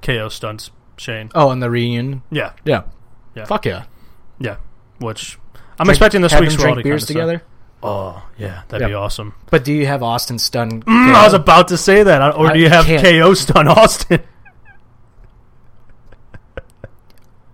KO stunts Shane.
Oh, and the reunion.
Yeah,
Yeah.
Yeah.
Fuck yeah.
yeah. Which I'm expecting this
Have
week's
them
Raw
drink
to
beers
kinda
together.
suck. Oh yeah, that'd be
Yeah.
awesome.
But do you have Austin stun?
I Mm, was about to say that. I- Or
I
do you have
can't.
KO stun Austin?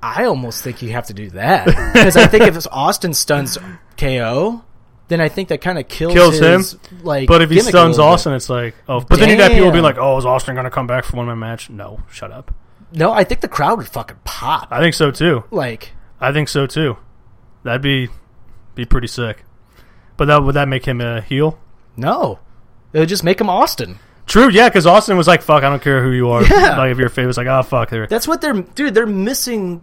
I almost think you have to do that because I think if it's Austin stuns KO, then I think that kind of kills,
Kills
his,
him,
Like,
But if he
gimmick a
stuns
little bit.
Austin, it's like oh. But then you got people
Damn.
being like, oh, is Austin going to come back for one more match? No, shut up.
no, I think the crowd would fucking pop.
I think so too.
Like,
I think so too. That'd be be pretty sick. But that would that make him a heel?
no, They would just make him Austin.
True, yeah, because Austin was like, "Fuck, I don't care who you are."
Yeah.
Like if you're famous, like, "Oh fuck," they're
That's what they're dude. They're missing.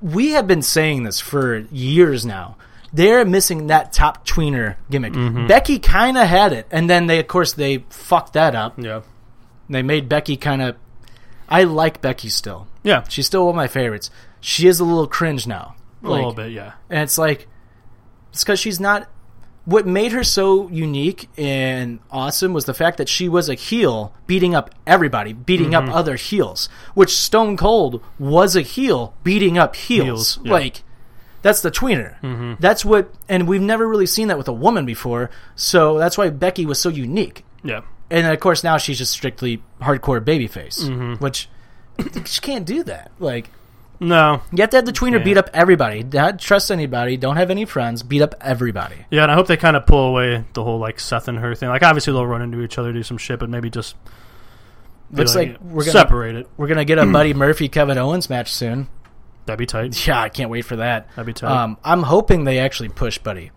We have been saying this for years now. They're missing that top tweener gimmick.
Mm-hmm.
Becky kind of had it, and then they, of course, they fucked that up.
yeah,
They made Becky kind of. I like Becky still.
yeah,
She's still one of my favorites. She is a little cringe now,
a little bit, yeah,
and it's like it's because she's not. What made her so unique and awesome was the fact that she was a heel beating up everybody, beating
Mm-hmm.
up other heels. Which Stone Cold was a heel beating up heels.
Heels, yeah.
Like that's the tweener. Mm-hmm. That's what, and we've never really seen that with a woman before. So that's why Becky was so unique
yeah.
and then, of course now she's just strictly hardcore babyface,
Mm-hmm.
which she can't do that. Like
No,
you have to have the tweener
Yeah.
beat up everybody. Not trust anybody. Don't have any friends. Beat up everybody.
yeah, and I hope they kind of pull away the whole like Seth and her thing. Like obviously they'll run into each other, do some shit, but maybe just be
Looks like we're gonna-
separate it.
We're gonna get a Buddy Murphy Kevin Owens match soon.
That'd be tight.
Yeah, I can't wait for that.
That'd be tight.
Um, I'm hoping they actually push Buddy.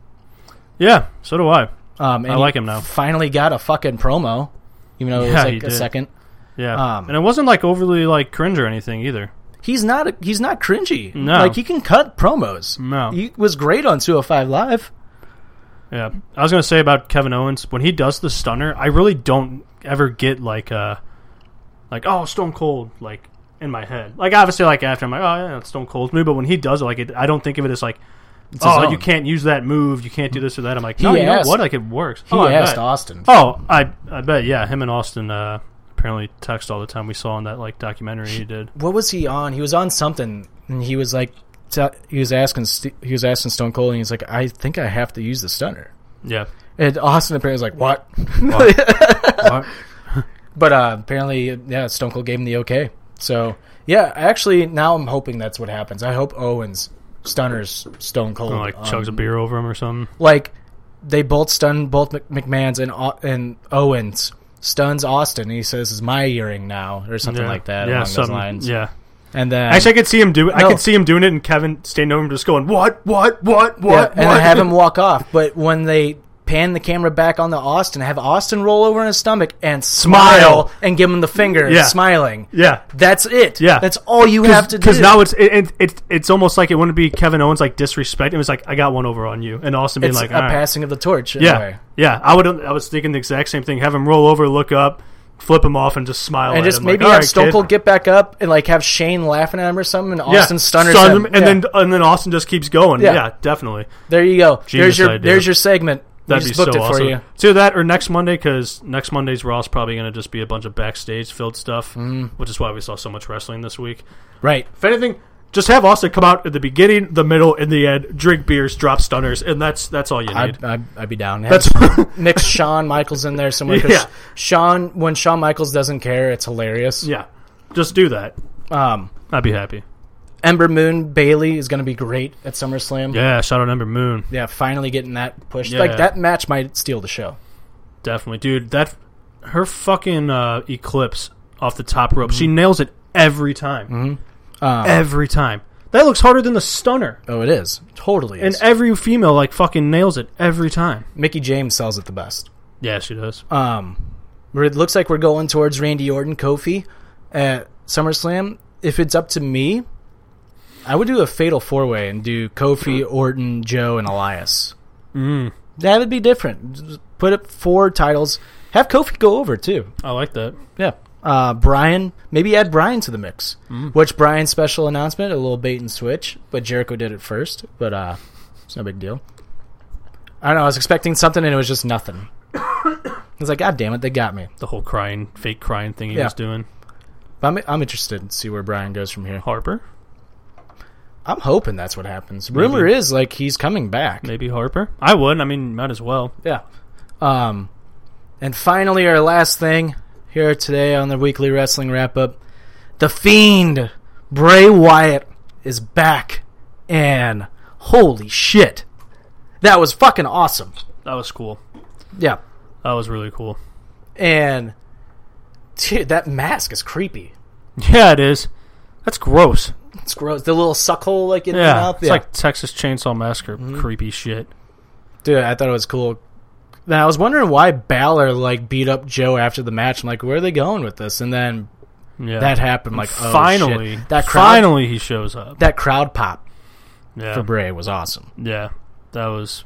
Yeah, so do I.
Um, and
I
he
like him now.
Finally got a fucking promo, even though it
Yeah,
was
he
like a
did.
second.
Yeah,
Um,
and it wasn't like overly like cringe or anything either.
He's not. A, he's not cringy.
No.
like he can cut promos.
No.
he was great on 205 Live.
Yeah, I was gonna say about Kevin Owens when he does the stunner, I really don't ever get like uh like oh Stone Cold like in my head. Like obviously like after I'm like oh yeah it's Stone Cold's move, but when he does it like it, I don't think of it as like
his
oh
own."
you can't use that move, you can't do this or that. I'm like no, you
asked-
know what like it works.
He
oh,
asked
I bet.
Austin.
Oh, I I bet yeah. Him and Austin uh, apparently text all the time. We saw in that like documentary he did.
what was he on? He was on something, and he was like, t- he was asking, St- he was asking Stone Cold, and he's like, I think I have to use the stunner.
Yeah.
And Austin apparently was like, what?
What?
But uh, apparently, yeah, Stone Cold gave him the okay. So yeah, actually, now I'm hoping that's what happens. I hope Owens stunners Stone Cold,
like
um,
chugs a beer over him or something.
like they both stun both Mc- McMahon's and Au- and Owens stuns Austin. And he says, "Is my earring now?" or something
yeah.
like that
Yeah,
along
some,
those lines.
yeah.
and then
Actually, I could see him do. I
No.
could see him doing it, and Kevin standing over him, just going, "What? What? What? What?
Yeah, and
what?"
have him walk off. But when they pan the camera back on the Austin, have Austin roll over in his stomach and smile,
Smile.
and give him the finger,
Yeah.
smiling.
yeah,
That's it.
Yeah.
that's all you have to do.
because now it's it, it, it's it's almost like it wouldn't be Kevin Owens like disrespect. It was like I got one over on you, and Austin being
it's
like,
a
"All right."
passing of the torch. in a
yeah,
way.
yeah." I would I was thinking the exact same thing. Have him roll over, look up, flip him off, Oh, and just smile.
and
at
just
him,
maybe
like, "All
have
right,
Stone
kid."
Cold get back up and like have Shane laughing at him or something, and
Yeah,
Austin stunners
stun
him,
him, and
Yeah.
then and then Austin just keeps going.
Yeah.
Yeah, definitely.
there you go. there's
Genius
your
idea.
there's your segment. We
That'd be
just
so
booked it for
awesome.
you.
To that or next Monday, because next Monday's Raw is probably going to just be a bunch of backstage filled stuff,
Mm.
which is why we saw so much wrestling this week.
Right.
If anything, just have Austin come out at the beginning, the middle, and the end. Drink beers, drop stunners, and that's that's all you need.
I'd, I'd, I'd be down.
that's
mix Shawn Michaels in there somewhere. 'cause
Yeah.
Shawn when Shawn Michaels doesn't care, it's hilarious.
yeah. Just do that.
Um,
I'd be happy.
Ember Moon Bailey is going to be great at SummerSlam.
Yeah, shout out Ember Moon.
Yeah, finally getting that pushed.
Yeah.
Like that match might steal the show.
Definitely, dude. That her fucking uh, eclipse off the top rope. She
Mm-hmm.
nails it every time. every time. That looks harder than the stunner.
Oh, it is totally.
And
Is.
every female like fucking nails it every time.
Mickey James sells it the best.
Yeah, she does.
Um, we're- it looks like we're going towards Randy Orton Kofi at SummerSlam. If it's up to me, I would do a fatal four way and do Kofi, Orton, Joe, and Elias. Mm. That would be different. Just Put up four titles. Have Kofi go over too.
I like that.
Yeah. Uh, Brian, maybe add Brian to the mix. Which Brian's special announcement, a little bait and switch, but Jericho did it first, but uh, it's no big deal. I don't know. I was expecting something and it was just nothing. I was like, God damn it, they got me.
The whole crying, fake crying thing he
Yeah.
was doing.
But I'm, I'm interested to see where Brian goes from here.
Harper,
I'm hoping that's what happens. Rumor is like he's coming back.
maybe Harper. I would. I mean, might as well.
Yeah. Um, and finally, our last thing here today on the weekly wrestling wrap up The Fiend, Bray Wyatt, is back. And holy shit. That was fucking awesome.
That was cool.
Yeah.
That was really cool.
And, dude, that mask is creepy.
Yeah, it is. That's gross.
It's gross. The little suckhole, like, in
Yeah,
the mouth. Mm-hmm.
it's like Texas Chainsaw Massacre creepy shit.
dude, I thought it was cool. then I was wondering why Balor like beat up Joe after the match. I'm like, where are they going with this? And then
Yeah.
that happened. Like, oh,
finally,
shit. that crowd,
finally he shows up.
that crowd pop
Yeah,
for Bray was awesome.
yeah, that was.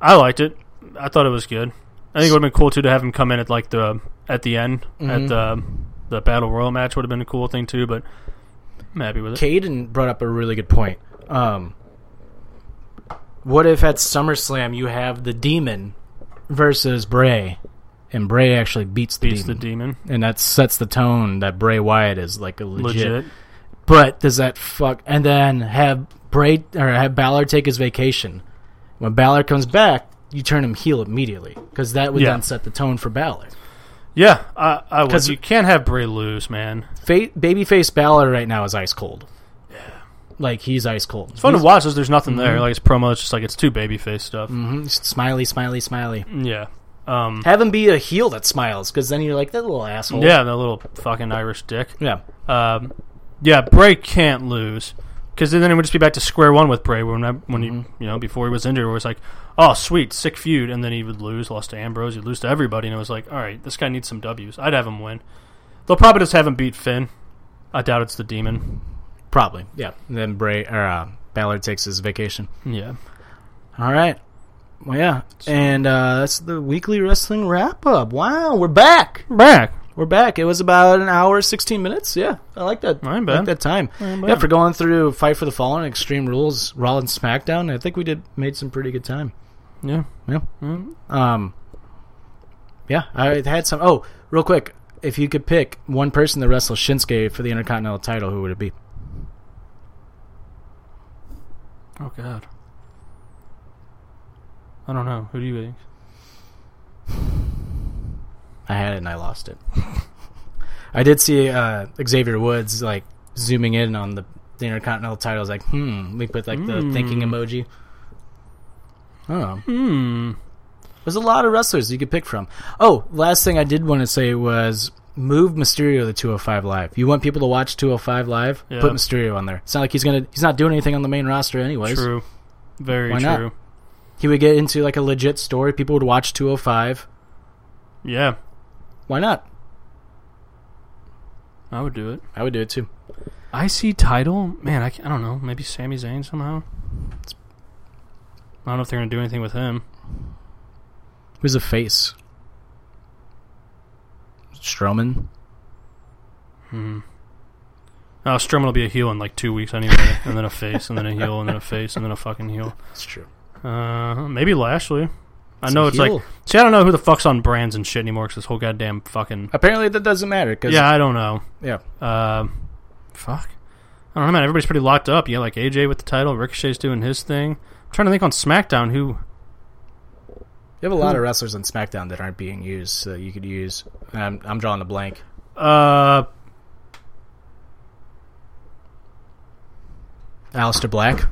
I liked it. I thought it was good. I think it would have been cool too to have him come in at like the at the end
Mm-hmm.
at the the battle royal match would have been a cool thing too. But I'm happy with it.
Caden brought up a really good point. Um, what if at SummerSlam you have the Demon versus Bray, and Bray actually beats the
Beats the
Demon,
demon.
and that sets the tone that Bray Wyatt is like a
Legit.
legit. But does that fuck? And then have Bray or have Balor take his vacation. When Balor comes back, you turn him heel immediately because that would
Yeah.
then set the tone for Balor.
Yeah, I, I would.
'Cause-
You can't have Bray lose, man.
Fa- babyface Balor right now is ice cold. Like he's ice cold.
It's fun to watch. 'cause There's nothing there. Like it's promo. It's just like it's too babyface stuff.
Mhm. Smiley, smiley, smiley.
Yeah. Um.
Have him be a heel that smiles, because then you're like that little asshole.
Yeah, that little fucking Irish dick.
yeah.
Um, yeah, Bray can't lose because then it would just be back to square one with Bray. When I, when he, you know, before he was injured, it was like, oh, sweet, sick feud, and then he would lose, lost to Ambrose, he'd lose to everybody, and it was like, all right, this guy needs some Ws. I'd have him win. They'll probably just have him beat Finn. I doubt it's the Demon.
probably. Yeah. And then Bray or uh, Balor takes his vacation.
Yeah,
All right. Well, yeah, and uh, that's the weekly wrestling wrap up. Wow, we're back.
back.
We're back. It was about an hour, sixteen minutes. Yeah, I like that.
Not
I
bad.
like that time.
bad.
Yeah, for going through Fight for the Fallen, Extreme Rules, Raw and SmackDown. I think we did made some pretty good time.
Yeah,
Yeah. Um. Yeah, I had some. Oh, real quick, if you could pick one person to wrestle Shinsuke for the Intercontinental title, who would it be?
Oh God. I don't know. Who do you think?
I had it and I lost it. I did see uh, Xavier Woods like zooming in on the, the Intercontinental title. I was like, hmm. We put like the thinking emoji. Oh,
Hmm.
there's a lot of wrestlers you could pick from. Oh, last thing I did want to say was move Mysterio to 205 Live. You want people to watch 205 Live?
Yeah.
Put Mysterio on there. It's not like he's gonna he's not doing anything on the main roster anyways.
True. Very
Why not?
true.
He would get into like a legit story. People would watch 205.
Yeah,
Why not?
I would do it.
I would do it too.
IC title? Man, I, can't- I don't know. Maybe Sami Zayn somehow. I don't know if they're gonna do anything with him.
Who's a face? Strowman.
Oh, Strowman will be a heel in like two weeks anyway, and then a face, and then a heel, and then a face, and then a fucking heel.
That's true.
Uh, maybe Lashley. I
It's
know
a
it's
heel.
like see, I don't know who the fuck's on brands and shit anymore. Cause this whole goddamn fucking
Apparently that doesn't matter because
yeah, I don't know.
yeah.
Um, fuck. I don't know, man. Everybody's pretty locked up. Yeah, like AJ with the title. Ricochet's doing his thing. I'm trying to think on SmackDown who.
You have a lot of wrestlers on SmackDown that aren't being used, so you could use. I'm, I'm drawing a blank.
Uh,
Alistair Black.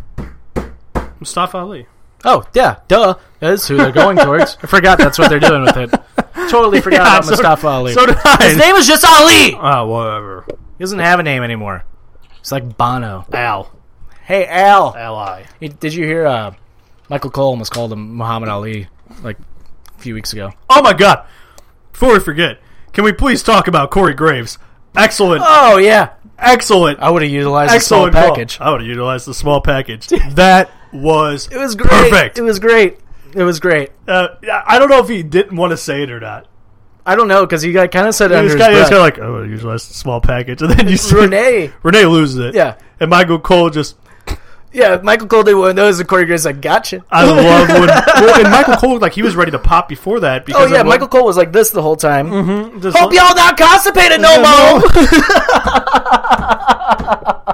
Mustafa Ali.
Oh yeah, duh. That's who they're going towards. I forgot that's what they're doing with it. Totally forgot about
so-
Mustafa Ali.
So did I.
His name is just Ali. He
Ah, whatever.
doesn't have a name anymore. It's like Bono.
Al.
Hey Al.
Ally.
Hey, Did you hear uh, Michael Cole almost called him Muhammad Ali like a few weeks ago?
Oh my god. Before we forget, can we please talk about Corey Graves? Excellent.
Oh yeah,
excellent.
I would have utilized the small
excellent call.
package.
I would have utilized the small package. that was
Uh, It was great.
Perfect.
It was great. It was great.
Uh, I don't know if he didn't want to say it or not.
I don't know because he got kind of said it
He
under
was
his
kind of,
breath.
like, oh, I would utilize the small package, and then you see
Renee.
Renee loses it.
Yeah.
and Michael Cole just.
Yeah, Michael Cole did one of those. The Corey Graves like, gotcha. Oh,
I love when well, and Michael Cole like he was ready to pop before that because
oh yeah,
of what- Mm-hmm. Oh,
Michael Cole was like this the whole time.
just-
Hope y'all not constipated no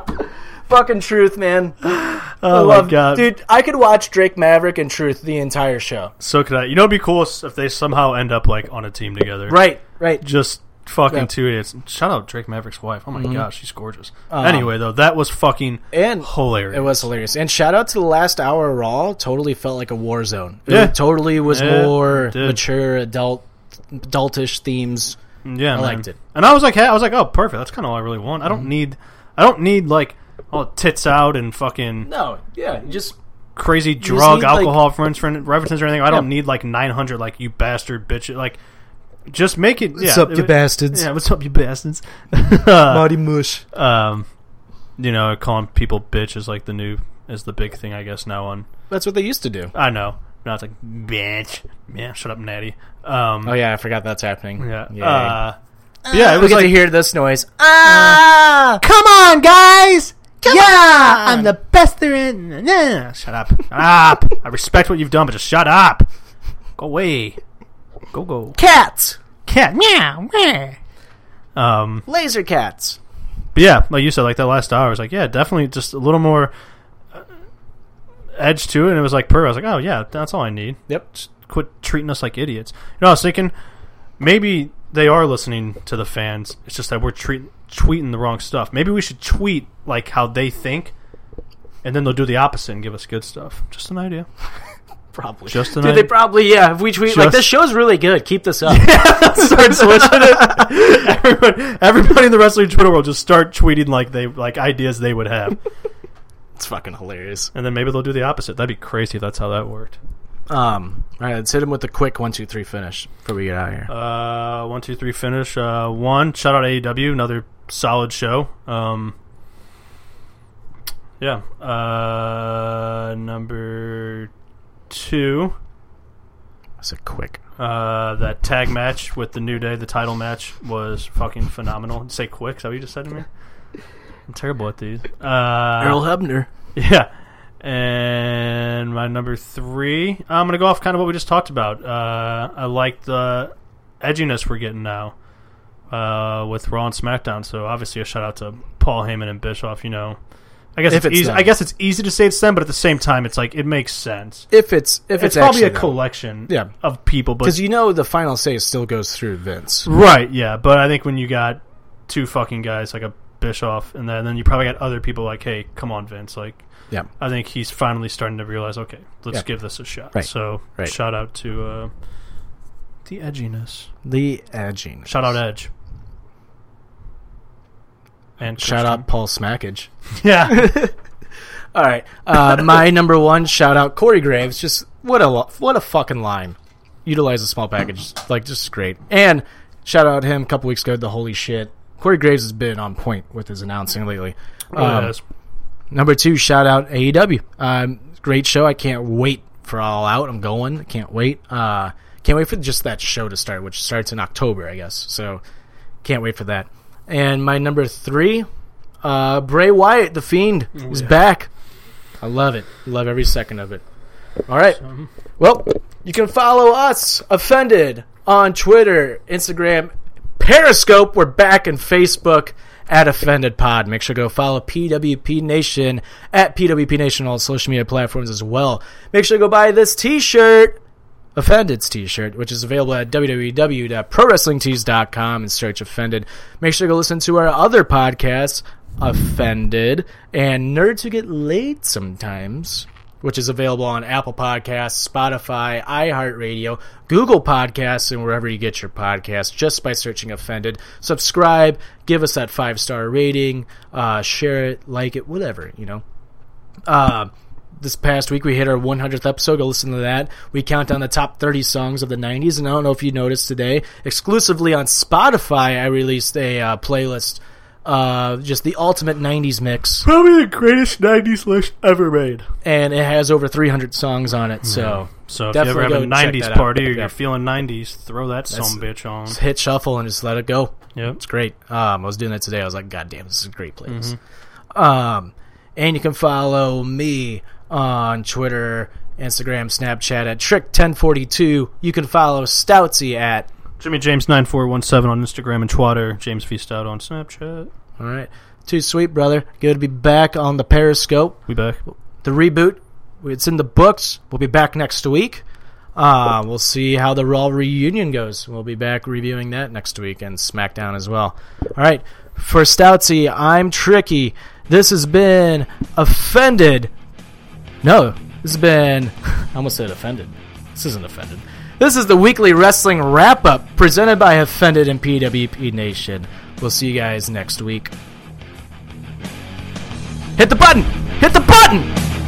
more. Fucking truth, man.
oh my god,
dude. I could watch Drake Maverick and Truth the entire show.
So could I. You know, it'd be cool if they somehow end up like on a team together,
Right, right.
just fucking
Yeah.
two idiots. Shout out Drake Maverick's wife. Oh my gosh, she's gorgeous. anyway, though, that was fucking
And
hilarious.
Uh-huh. It was hilarious. And shout out to the last hour of Raw. Totally felt like a war zone. It
Yeah.
totally was
Yeah,
more
it did.
mature, adult, adultish themes.
yeah, I
liked it. Mm-hmm.
And I was like, hey, I was like, oh, perfect. That's kind of all I really want. I don't need, I don't need like all tits out and fucking
No, yeah, just
crazy drug
need, like-
alcohol reference- references or anything. I don't need like 900 like you bastard bitch like just make it yeah,
What's up, you
it-
bastards?
Yeah, what's up you bastards?
Marty Mush.
um you know, calling people bitch is like the new is the big thing I guess now on
That's what they used to do.
I know. Now it's like bitch. Yeah, shut up natty. Um
Oh yeah, I forgot that's happening.
yeah.
yeah.
Uh, but yeah, it
we
was
get
like
to hear this noise. Uh, Ah!
Uh, Come on, guys! yeah, I'm the best there in. Nah, shut up. Shut up. I respect what you've done, but just shut up. Go away. Go, go.
Cats,
Cat. Meow. meow. Um,
laser cats.
but yeah, like you said, like that last hour, I was like, yeah, definitely just a little more uh, edge to it. And it was like, per, I was like, oh, yeah, that's all I need.
Yep.
Just quit treating us like idiots. You know, I was thinking maybe they are listening to the fans. It's just that we're treat, tweeting the wrong stuff. Maybe we should tweet like how they think, and then they'll do the opposite and give us good stuff. Just an idea.
Probably.
Just an
Dude,
idea.
they probably yeah. If we tweet like
Just-
this show's really good, keep this up.
start switching it. Everyone, everybody in the wrestling Twitter world just start tweeting like they like ideas they would have,
it's fucking hilarious.
and then maybe they'll do the opposite. That'd be crazy if that's how that worked.
Um. All right, let's hit him with a quick one, two, three finish before we get out of here.
Uh, one, two, three finish. Uh, one shout out AEW, another solid show. Um, yeah. Uh, number two,
That's a quick.
uh, that tag match with the New Day, the title match was fucking phenomenal. Say quick, is that what you just said to me? I'm terrible at these. Uh,
Earl Hebner.
yeah. And my number three, I'm going to go off kind of what we just talked about. Uh, I like the edginess we're getting now uh, with Raw and SmackDown. So obviously a shout out to Paul Heyman and Bischoff. You know, I guess
If
it's,
it's
easy.
them.
I guess it's easy to say it's them, but at the same time, it's like it makes sense.
If it's if it's,
It's, probably
actually
a
them.
collection
Yeah.
of people, but
Because you know the final say still goes through Vince.
Right, yeah, but I think when you got two fucking guys like a Bischoff and then, then you probably got other people like, hey, come on, Vince. Like,
Yeah.
I think he's finally starting to realize, okay, let's
Yeah.
give this a shot.
Right,
So,
right.
shout out to uh, the edginess.
The edging.
Shout out Edge. And
Shout out Paul Smackage.
Christian. yeah,
All right, uh, my number one shout out Corey Graves. Just what a lo- what a fucking line. Utilize a small package, like just great. And shout out him a couple weeks ago. The holy shit, Corey Graves has been on point with his announcing lately. Um,
Yes.
Number two, shout out AEW. Um, great show. I can't wait for All Out. I'm going. I Can't wait. Uh, can't wait for just that show to start, which starts in October, I guess. So can't wait for that. And my number three, uh, Bray Wyatt, the Fiend, is back. I love it. Love every second of it. All right. Well, you can follow us, Offended, on Twitter, Instagram, Periscope. We're back in Facebook at Offended Pod. Make sure to go follow PWP Nation at PWP Nation on all social media platforms as well. Make sure to go buy this t shirt. Offended's t-shirt, which is available at www.prowrestlingtees.com and search Offended. Make sure to go listen to our other podcasts, Offended and Nerds Who Get Laid Sometimes, which is available on Apple Podcasts, Spotify, iHeartRadio, Google Podcasts, and wherever you get your podcasts just by searching Offended. Subscribe, give us that five-star rating, uh, share it, like it, whatever, you know. Uh, this past week we hit our 100th episode. Go listen to that. We count down the top 30 songs of the 90s, and I don't know if you noticed today, exclusively on Spotify, I released a uh, playlist, uh, just the ultimate 90s mix,
probably the greatest '90s list ever made.
and it has over 300 songs on it. So
So if
Definitely
you ever
go
have a
check
'90s
that out.
party or
Yeah.
you're feeling '90s, throw that some bitch on.
just hit shuffle and just let it go.
Yep.
It's great. Um, I was doing that today. I was like, God damn, this is a great place. Um, and you can follow me on Twitter, Instagram, Snapchat at Trick1042. You can follow Stoutsy at
Jimmy James nine four one seven on Instagram and Twitter. James V Stout on Snapchat.
All right. Too sweet, brother. Good to be back on the Periscope.
We back.
The reboot, it's in the books. We'll be back next week. Uh, we'll see how the Raw reunion goes. We'll be back reviewing that next week and SmackDown as well. All right. For Stoutsy, I'm Tricky. This has been Offended. No, this has been. I almost said Offended. This isn't Offended. This is the weekly wrestling wrap up presented by Offended and PWP Nation. We'll see you guys next week. Hit the button! Hit the button!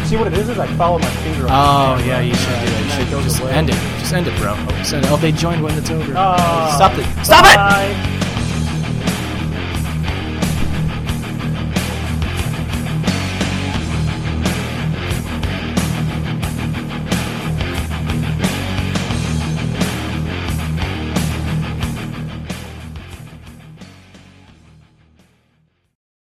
See what it is is I follow my finger. on
Oh yeah, you should do that. You
it
should
goes
just
away.
end it. Just end it, bro. Just end it. Oh, they joined when it's over.
Ah.
Stop it. Stop it.
Bye.